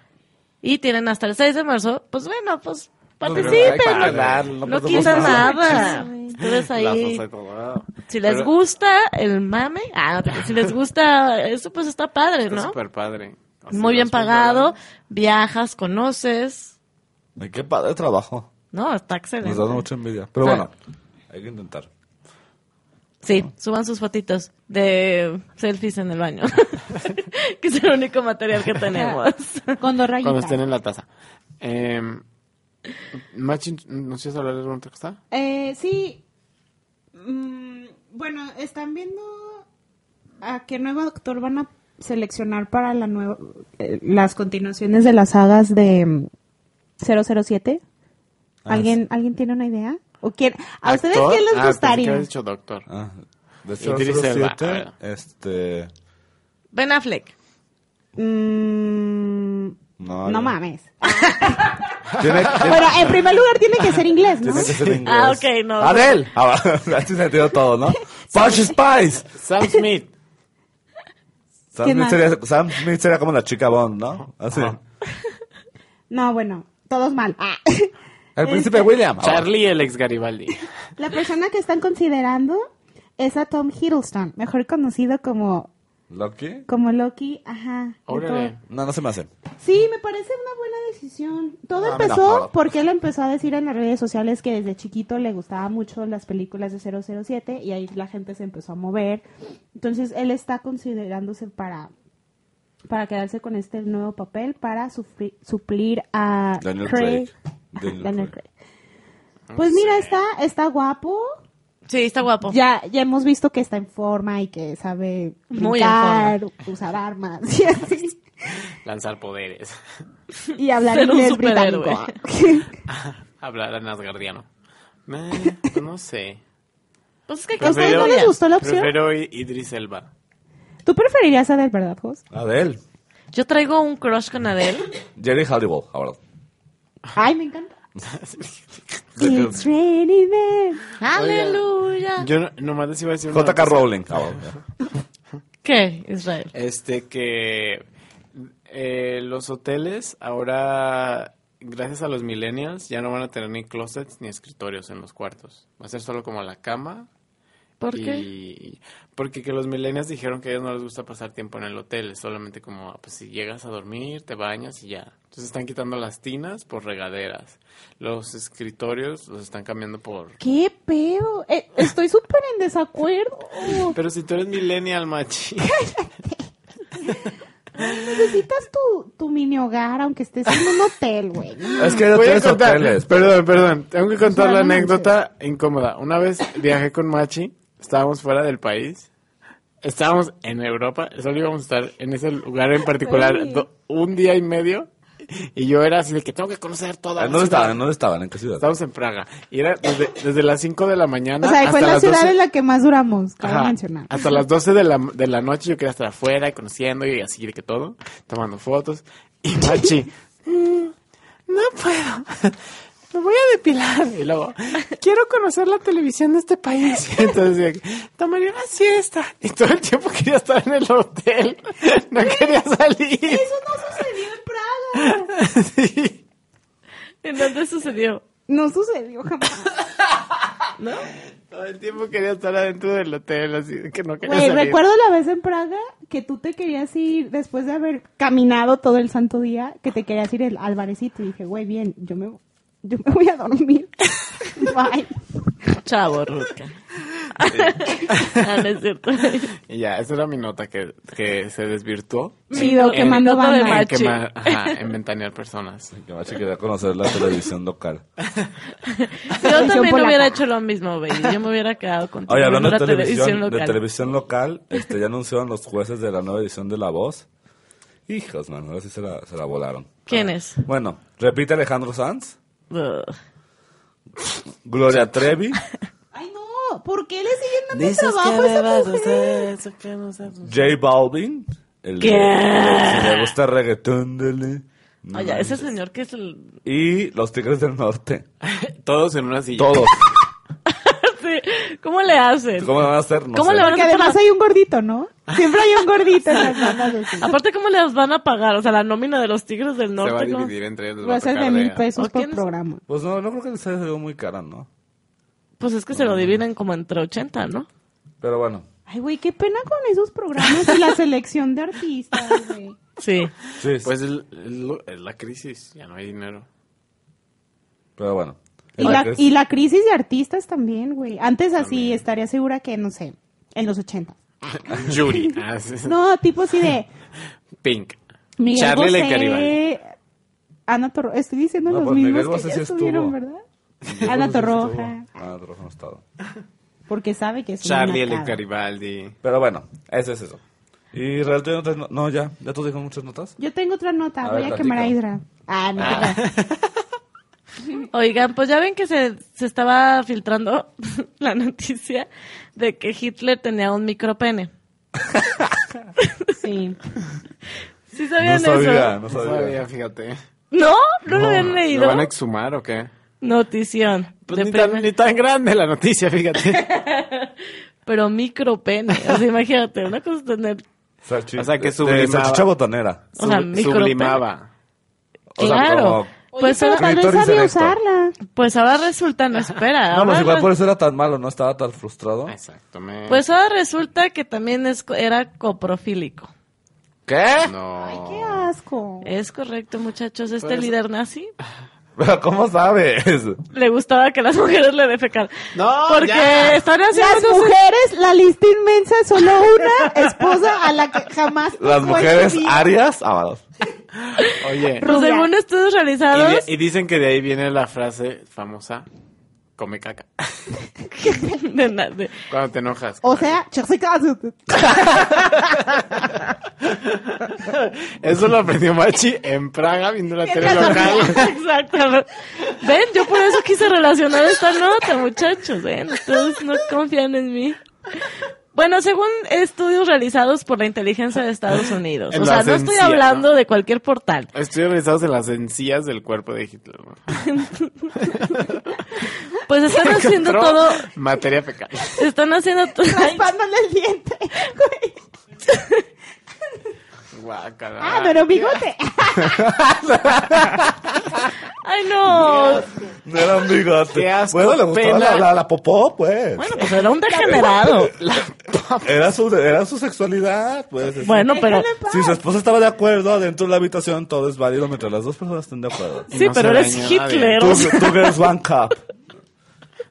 Y tienen hasta el 6 de marzo, pues bueno, pues hay que participen. pagar, No, podemos quitan pagar. nada. Ustedes Las ahí. dos de todo. Si les Pero gusta el mame, ah, no, si les gusta eso, pues está padre, Está ¿no? súper padre. O sea, Muy bien los mil pagado, dólares. viajas, conoces, Ay, qué padre trabajo. ¿no? Está excelente. Nos da mucha envidia. Pero Ah. bueno, hay que intentar. Sí, suban sus fotitos de selfies en el baño, que es el único material que tenemos. Con dos Cuando rayitas. estén en la taza. Eh, Machin, ¿no sé hablar de alguna otra cosa? Eh, sí. Mm, bueno, están viendo a qué nuevo actor van a seleccionar para la nueva, eh, las continuaciones de las sagas de mm, 007. Ah, ¿Alguien, ¿Alguien tiene una idea? ¿O quién? ¿A ustedes ¿Actor? Ah, quién les pensé que gustaría? habías dicho doctor. Ah, de Idris Elba, a 007, ver. este... Ben Affleck, Mm, No, no no. mames. Ah. Tiene, tiene- Bueno, en primer lugar tiene que ser inglés, ¿no? tiene que ser inglés. Ah, ok, no. ¡Adel! Ah, va. Así se entendió todo, ¿no? ¡Punch Spice! pues. Sam Smith. Sam Smith, ¿Quién más? sería, Sam Smith sería como la chica Bond, ¿no? Así. Ajá. No, bueno, todos mal. Ah. El príncipe William. Charlie el ex Garibaldi. La persona que están considerando es a Tom Hiddleston, mejor conocido como, ¿Lucky? como Loki. Ajá. de todo. Órale. No, no se me hace. Sí, me parece una buena decisión. Todo No, me empezó enojado. porque él empezó a decir en las redes sociales que desde chiquito le gustaba mucho las películas de 007 y ahí la gente se empezó a mover. Entonces él está considerándose para para quedarse con este nuevo papel para supli- suplir a Daniel Craig. Ajá, Daniel Daniel Craig. Ah, Craig. Pues mira, está está guapo. Sí, está guapo. Ya ya hemos visto que está en forma y que sabe Muy en forma. brincar, usar armas y así Lanzar poderes. y hablar Ser un inglés superhéroe. británico. Hablar en asgardiano. Eh, pues no sé. Pues es que ¿A ustedes no les gustó la opción? Prefiero I- Idris Elba. ¿Tú preferirías a Del, verdad, Jos? Adele. Yo traigo un crush con Adele. Jerry Halliwell, ahora. Ay, me encanta. It's J.K. raining men. Ah. Aleluya. Yo no- nomás les iba a decir una cosa. Rowling, ah, ahora. ¿Qué, Israel? Este que eh, los hoteles ahora, gracias a los millennials, ya no van a tener ni closets ni escritorios en los cuartos. Va a ser solo como la cama. ¿Por y- qué? Porque que los millennials dijeron que a ellos no les gusta pasar tiempo en el hotel. Es solamente como, ah, pues si llegas a dormir, te bañas y ya. Entonces están quitando las tinas por regaderas. Los escritorios los están cambiando por... ¿Qué pedo? Eh, estoy súper en desacuerdo. Pero si tú eres millennial, machi. Necesitas tu, tu mini hogar, aunque estés en un hotel, güey. ¿no? Es que hay de Voy a tres contar- hoteles. Perdón, perdón. Tengo que contar la Suena anécdota incómoda. Una vez viajé con Machi, estábamos fuera del país, estábamos en Europa, solo íbamos a estar en ese lugar en particular Güey. do- un día y medio. Y yo era así de que tengo que conocer toda ¿En la dónde ciudad. estaban? ¿En dónde estaban? ¿En qué ciudad? Estábamos en Praga. Y era desde, desde las 5 de la mañana. O sea, hasta fue la las ciudad 12 en la que más duramos, cabe Ajá, mencionar. Hasta las 12 de la, de la noche yo quería estar afuera y conociendo y así de que todo, tomando fotos. Y Machi, "Mm, no puedo, me voy a depilar. Y luego, quiero conocer la televisión de este país. Y entonces, tomaría una siesta. Y todo el tiempo quería estar en el hotel, no quería salir. Eso no sucedió en Praga. Sí. ¿En dónde sucedió? No sucedió jamás. Todo el tiempo quería estar adentro del hotel, así de que no quería Güey, salir. recuerdo la vez en Praga que tú te querías ir, después de haber caminado todo el santo día, que te querías ir al barecito. Y dije, güey, bien, yo me, yo me voy a dormir. Bye. Chavo, Ruca. ah, no es cierto. Y ya, esa era mi nota que, que se desvirtuó. Chido, Eh, quemando nota de banda. machi. En quemar- ajá, en ventanear personas. Que Machi quería conocer la televisión local. Yo también polaca. hubiera hecho lo mismo, baby. Yo me hubiera quedado con Oye, hablando de la televisión, de local. televisión local, este, ya anunciaron los jueces de la nueva edición de La Voz. Hijos, man, ahora sí se la, se la volaron. ¿Quién es? Bueno, repite Alejandro Sanz, Ugh. Gloria Trevi, Ay, no, ¿por qué le siguen dando trabajo a esa mujer? J Balvin. El ¿Qué? Si le gusta el reggaetón, dale. No Oye, manches. ese señor que es el... Y los Tigres del Norte. Todos en una silla. Todos. Sí, ¿Cómo le hacen? ¿Cómo van a hacer? Pues, No ¿Cómo sé. le van a Porque hacer además para- hay un gordito, ¿no? Siempre hay un gordito en las bandas de cine. Aparte, ¿cómo les van a pagar? O sea, la nómina de los Tigres del Se va a Norte, ¿no? dividir entre ellos. les Va a ser tocar de mil ¿O pesos por quién es? programa. Pues no, no creo que les haya salido muy cara, ¿no? Pues es que se lo dividen como entre 80, ¿no? Pero bueno. Ay, güey, qué pena con esos programas y la selección de artistas, güey. Sí. Sí, Pues el- el- es la crisis, ya no hay dinero. pero bueno. Y la, y la crisis de artistas también, güey. Antes así estaría segura que, no sé, en los 80. Yuri, ah, sí, sí. No, tipo así de Pink. Miguel Charlie Bosé, de Garibaldi. Ana Torro. Estoy diciendo No, los pues Miguel mismos que Bosé ya sí estuvieron, estuvo. ¿verdad? Ana Torroja. Ana Ah, Torroja no estaba. Porque sabe que es una Charlie el nacada. Garibaldi. Pero bueno, eso es eso. Y realmente no, te- no, no, ya, ya tú dijo muchas notas. Yo tengo otra nota, A voy ver, a quemar a platica. Isra. Ah, no. te Oigan, pues ya ven que se, se estaba filtrando la noticia de que Hitler tenía un micropene. creas. Sí. ¿Sí No sabían sabía, eso? no No sabía. sabía, fíjate. ¿No? ¿No, lo habían ¿Lo leído? van a exhumar o qué? Notición. Pues de ni, tan, primer- ni tan grande la noticia, fíjate. Pero micropene. O sea, imagínate, una cosa es tener... Salchi- O sea, que de- de sublimaba. Salchicha botanera. O sea, Sub- micro sublimaba. O sea, Claro. como- O Pues pero ahora, tal vez Monitor y sabía Ah, selector. usarla. pues ahora resulta, no espera. No, pues ahora igual re- por eso era tan malo, no estaba tan frustrado. Exactamente. pues ahora resulta que también es, co- era coprofílico. ¿Qué? no. Ay, qué asco. Es correcto, muchachos. Este Pues- líder nazi Pero ¿cómo sabes? le gustaba que las mujeres le defecaran. No, porque ya. están Las haciendo... mujeres, la lista inmensa, solo una esposa a la que jamás. Las tocó en mujeres su vida. arias, ávaras. Pues, Oye, Pues, rubia. según estudios y, realizados, di- y dicen que de ahí viene la frase famosa, come caca, de na- de- cuando te enojas. O sea, chicas, Eso lo aprendió Machi en Praga viendo la tele local. Exacto. Ven, yo por eso quise relacionar esta nota, muchachos. Ven, ustedes no confían en mí. Bueno, según estudios realizados por la inteligencia de Estados Unidos. En o la sea, no estoy ciencia, hablando ¿no? de cualquier portal. Estudios realizados en las encías del cuerpo de Hitler. ¿no? Pues están haciendo Encontró todo. Materia fecal. Están haciendo todo. raspándole el diente. güey. Guácala. Ah, pero bigote. Ay, no. No eran bigotes. Qué asco, bueno, le gustaba pena. la, la, la popó, pues. Bueno, pues era un degenerado. pues. Era, su, era su sexualidad, pues. es- Bueno, pero. Si su esposa estaba de acuerdo adentro de la habitación, todo es válido mientras las dos personas estén de acuerdo. Y Sí, no pero se eres dañó nadie. Hitler. Two, o sea. two girls, one cup.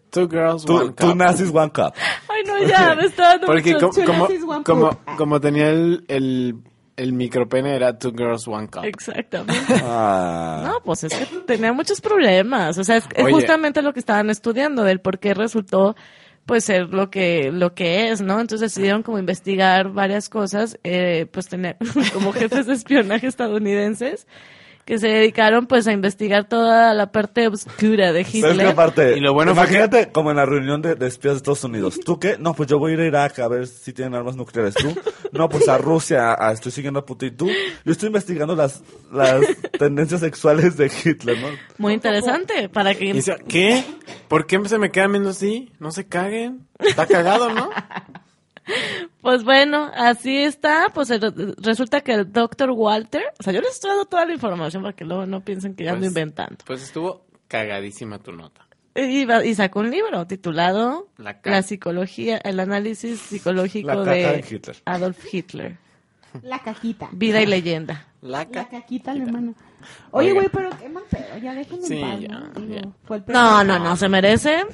Two girls, Two, one two cup. nazis, one cup. Ay, no, ya, me está dando Porque mucho- co- two como, nazis, one como, poop. como tenía el, el, el micropene era two girls, one cup. Exactamente. Ah. No, pues es que tenía muchos problemas. O sea, es, es Oye. justamente lo que estaban estudiando, del por qué resultó pues ser lo que, lo que es, ¿no? Entonces decidieron como investigar varias cosas, eh, pues tener como jefes de espionaje estadounidenses que se dedicaron pues a investigar toda la parte oscura de ¿Sabes qué Hitler. aparte? Y lo bueno fue Imagínate como en la reunión de, de espías de Estados Unidos. ¿Tú qué? No, pues yo voy a ir a Irak a ver si tienen armas nucleares. ¿Tú? No, pues a Rusia. a- estoy siguiendo a Putin. ¿Tú? Yo estoy investigando las, las tendencias sexuales de Hitler, ¿no? Muy interesante para que... Y dice, ¿qué? ¿Por qué se me quedan viendo así? No se caguen. Está cagado, ¿no? Pues bueno, así está. Pues el- resulta que el doctor Walter... O sea, yo les estoy dando toda la información para que luego no piensen que ya ando Pues- inventando. Pues estuvo cagadísima tu nota. Y, va- y sacó un libro titulado La La, ca- psicología, el análisis La psicológico caca de, de Hitler. Adolf Hitler, La cajita. vida y leyenda. La cajita alemana. Oye, güey, pero qué mal pedo. Ya déjenme Sí, en paz, ya, ¿no? Digo, ya. fue el pedo. No, no, no, se merece.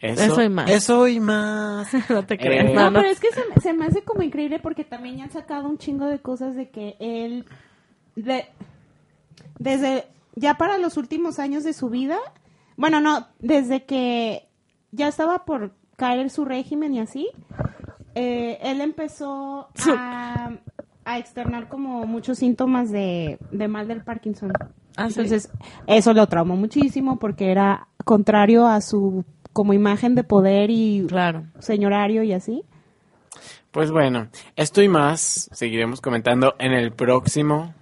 Eso, Eso y más. Eso y más. No te Eh, creas. No, No, no. pero es que se, me- se me hace como increíble porque también ya han sacado un chingo de cosas de que él. de- desde. Ya para los últimos años de su vida. Bueno, no, desde que ya estaba por caer su régimen y así. eh, él empezó a, a externar como muchos síntomas de, de mal del Parkinson. Ah, sí. Entonces, eso lo traumó muchísimo porque era contrario a su como imagen de poder y Claro. señorario y así. Pues bueno, esto y más seguiremos comentando en el próximo.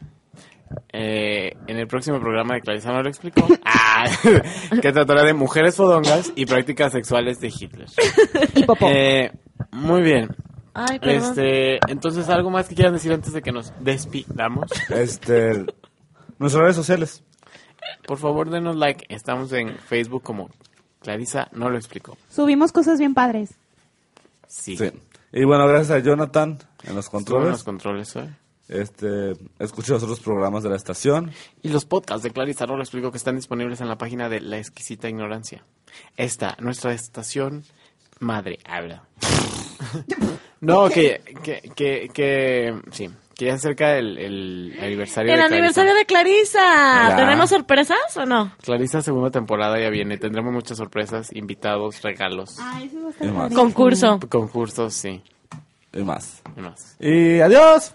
eh, en el próximo programa de Clarisa no lo explicó. Ah, que tratará de mujeres fodongas y prácticas sexuales de Hitler. Y popó. Eh, muy bien. Ay, perdón. Este, entonces, ¿algo más que quieran decir antes de que nos despidamos? Este. Nuestras redes sociales. Por favor, denos like. Estamos en Facebook como Clarisa no lo explicó. Subimos cosas bien padres. Sí. Sí. Y bueno, gracias a Jonathan en los Estuvo en los controles. controles ¿eh? hoy. Este, escuché los otros programas de la estación. Y los podcasts de Clarisa no lo explicó que están disponibles en la página de La Exquisita Ignorancia. Esta, nuestra estación madre habla. no, que, que, que, que, sí, que ya se acerca el, el aniversario El de aniversario Clarisa. de Clarisa. Ya. ¿Tenemos sorpresas o no? Clarisa segunda temporada ya viene. Tendremos muchas sorpresas, invitados, regalos, Ah. Ah, eso va a Y más. padrísimo. Concurso. concursos, sí, Y más. y más. Y adiós.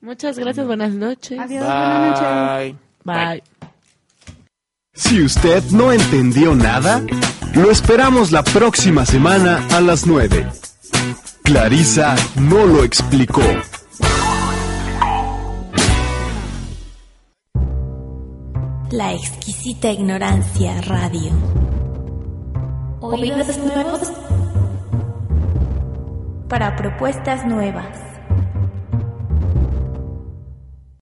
Muchas gracias, buenas noches. Adiós, buenas noches. Bye. Si usted no entendió nada, lo esperamos la próxima semana a las 9. Clarisa no lo explicó. La exquisita ignorancia radio. Oídos nuevos para propuestas nuevas.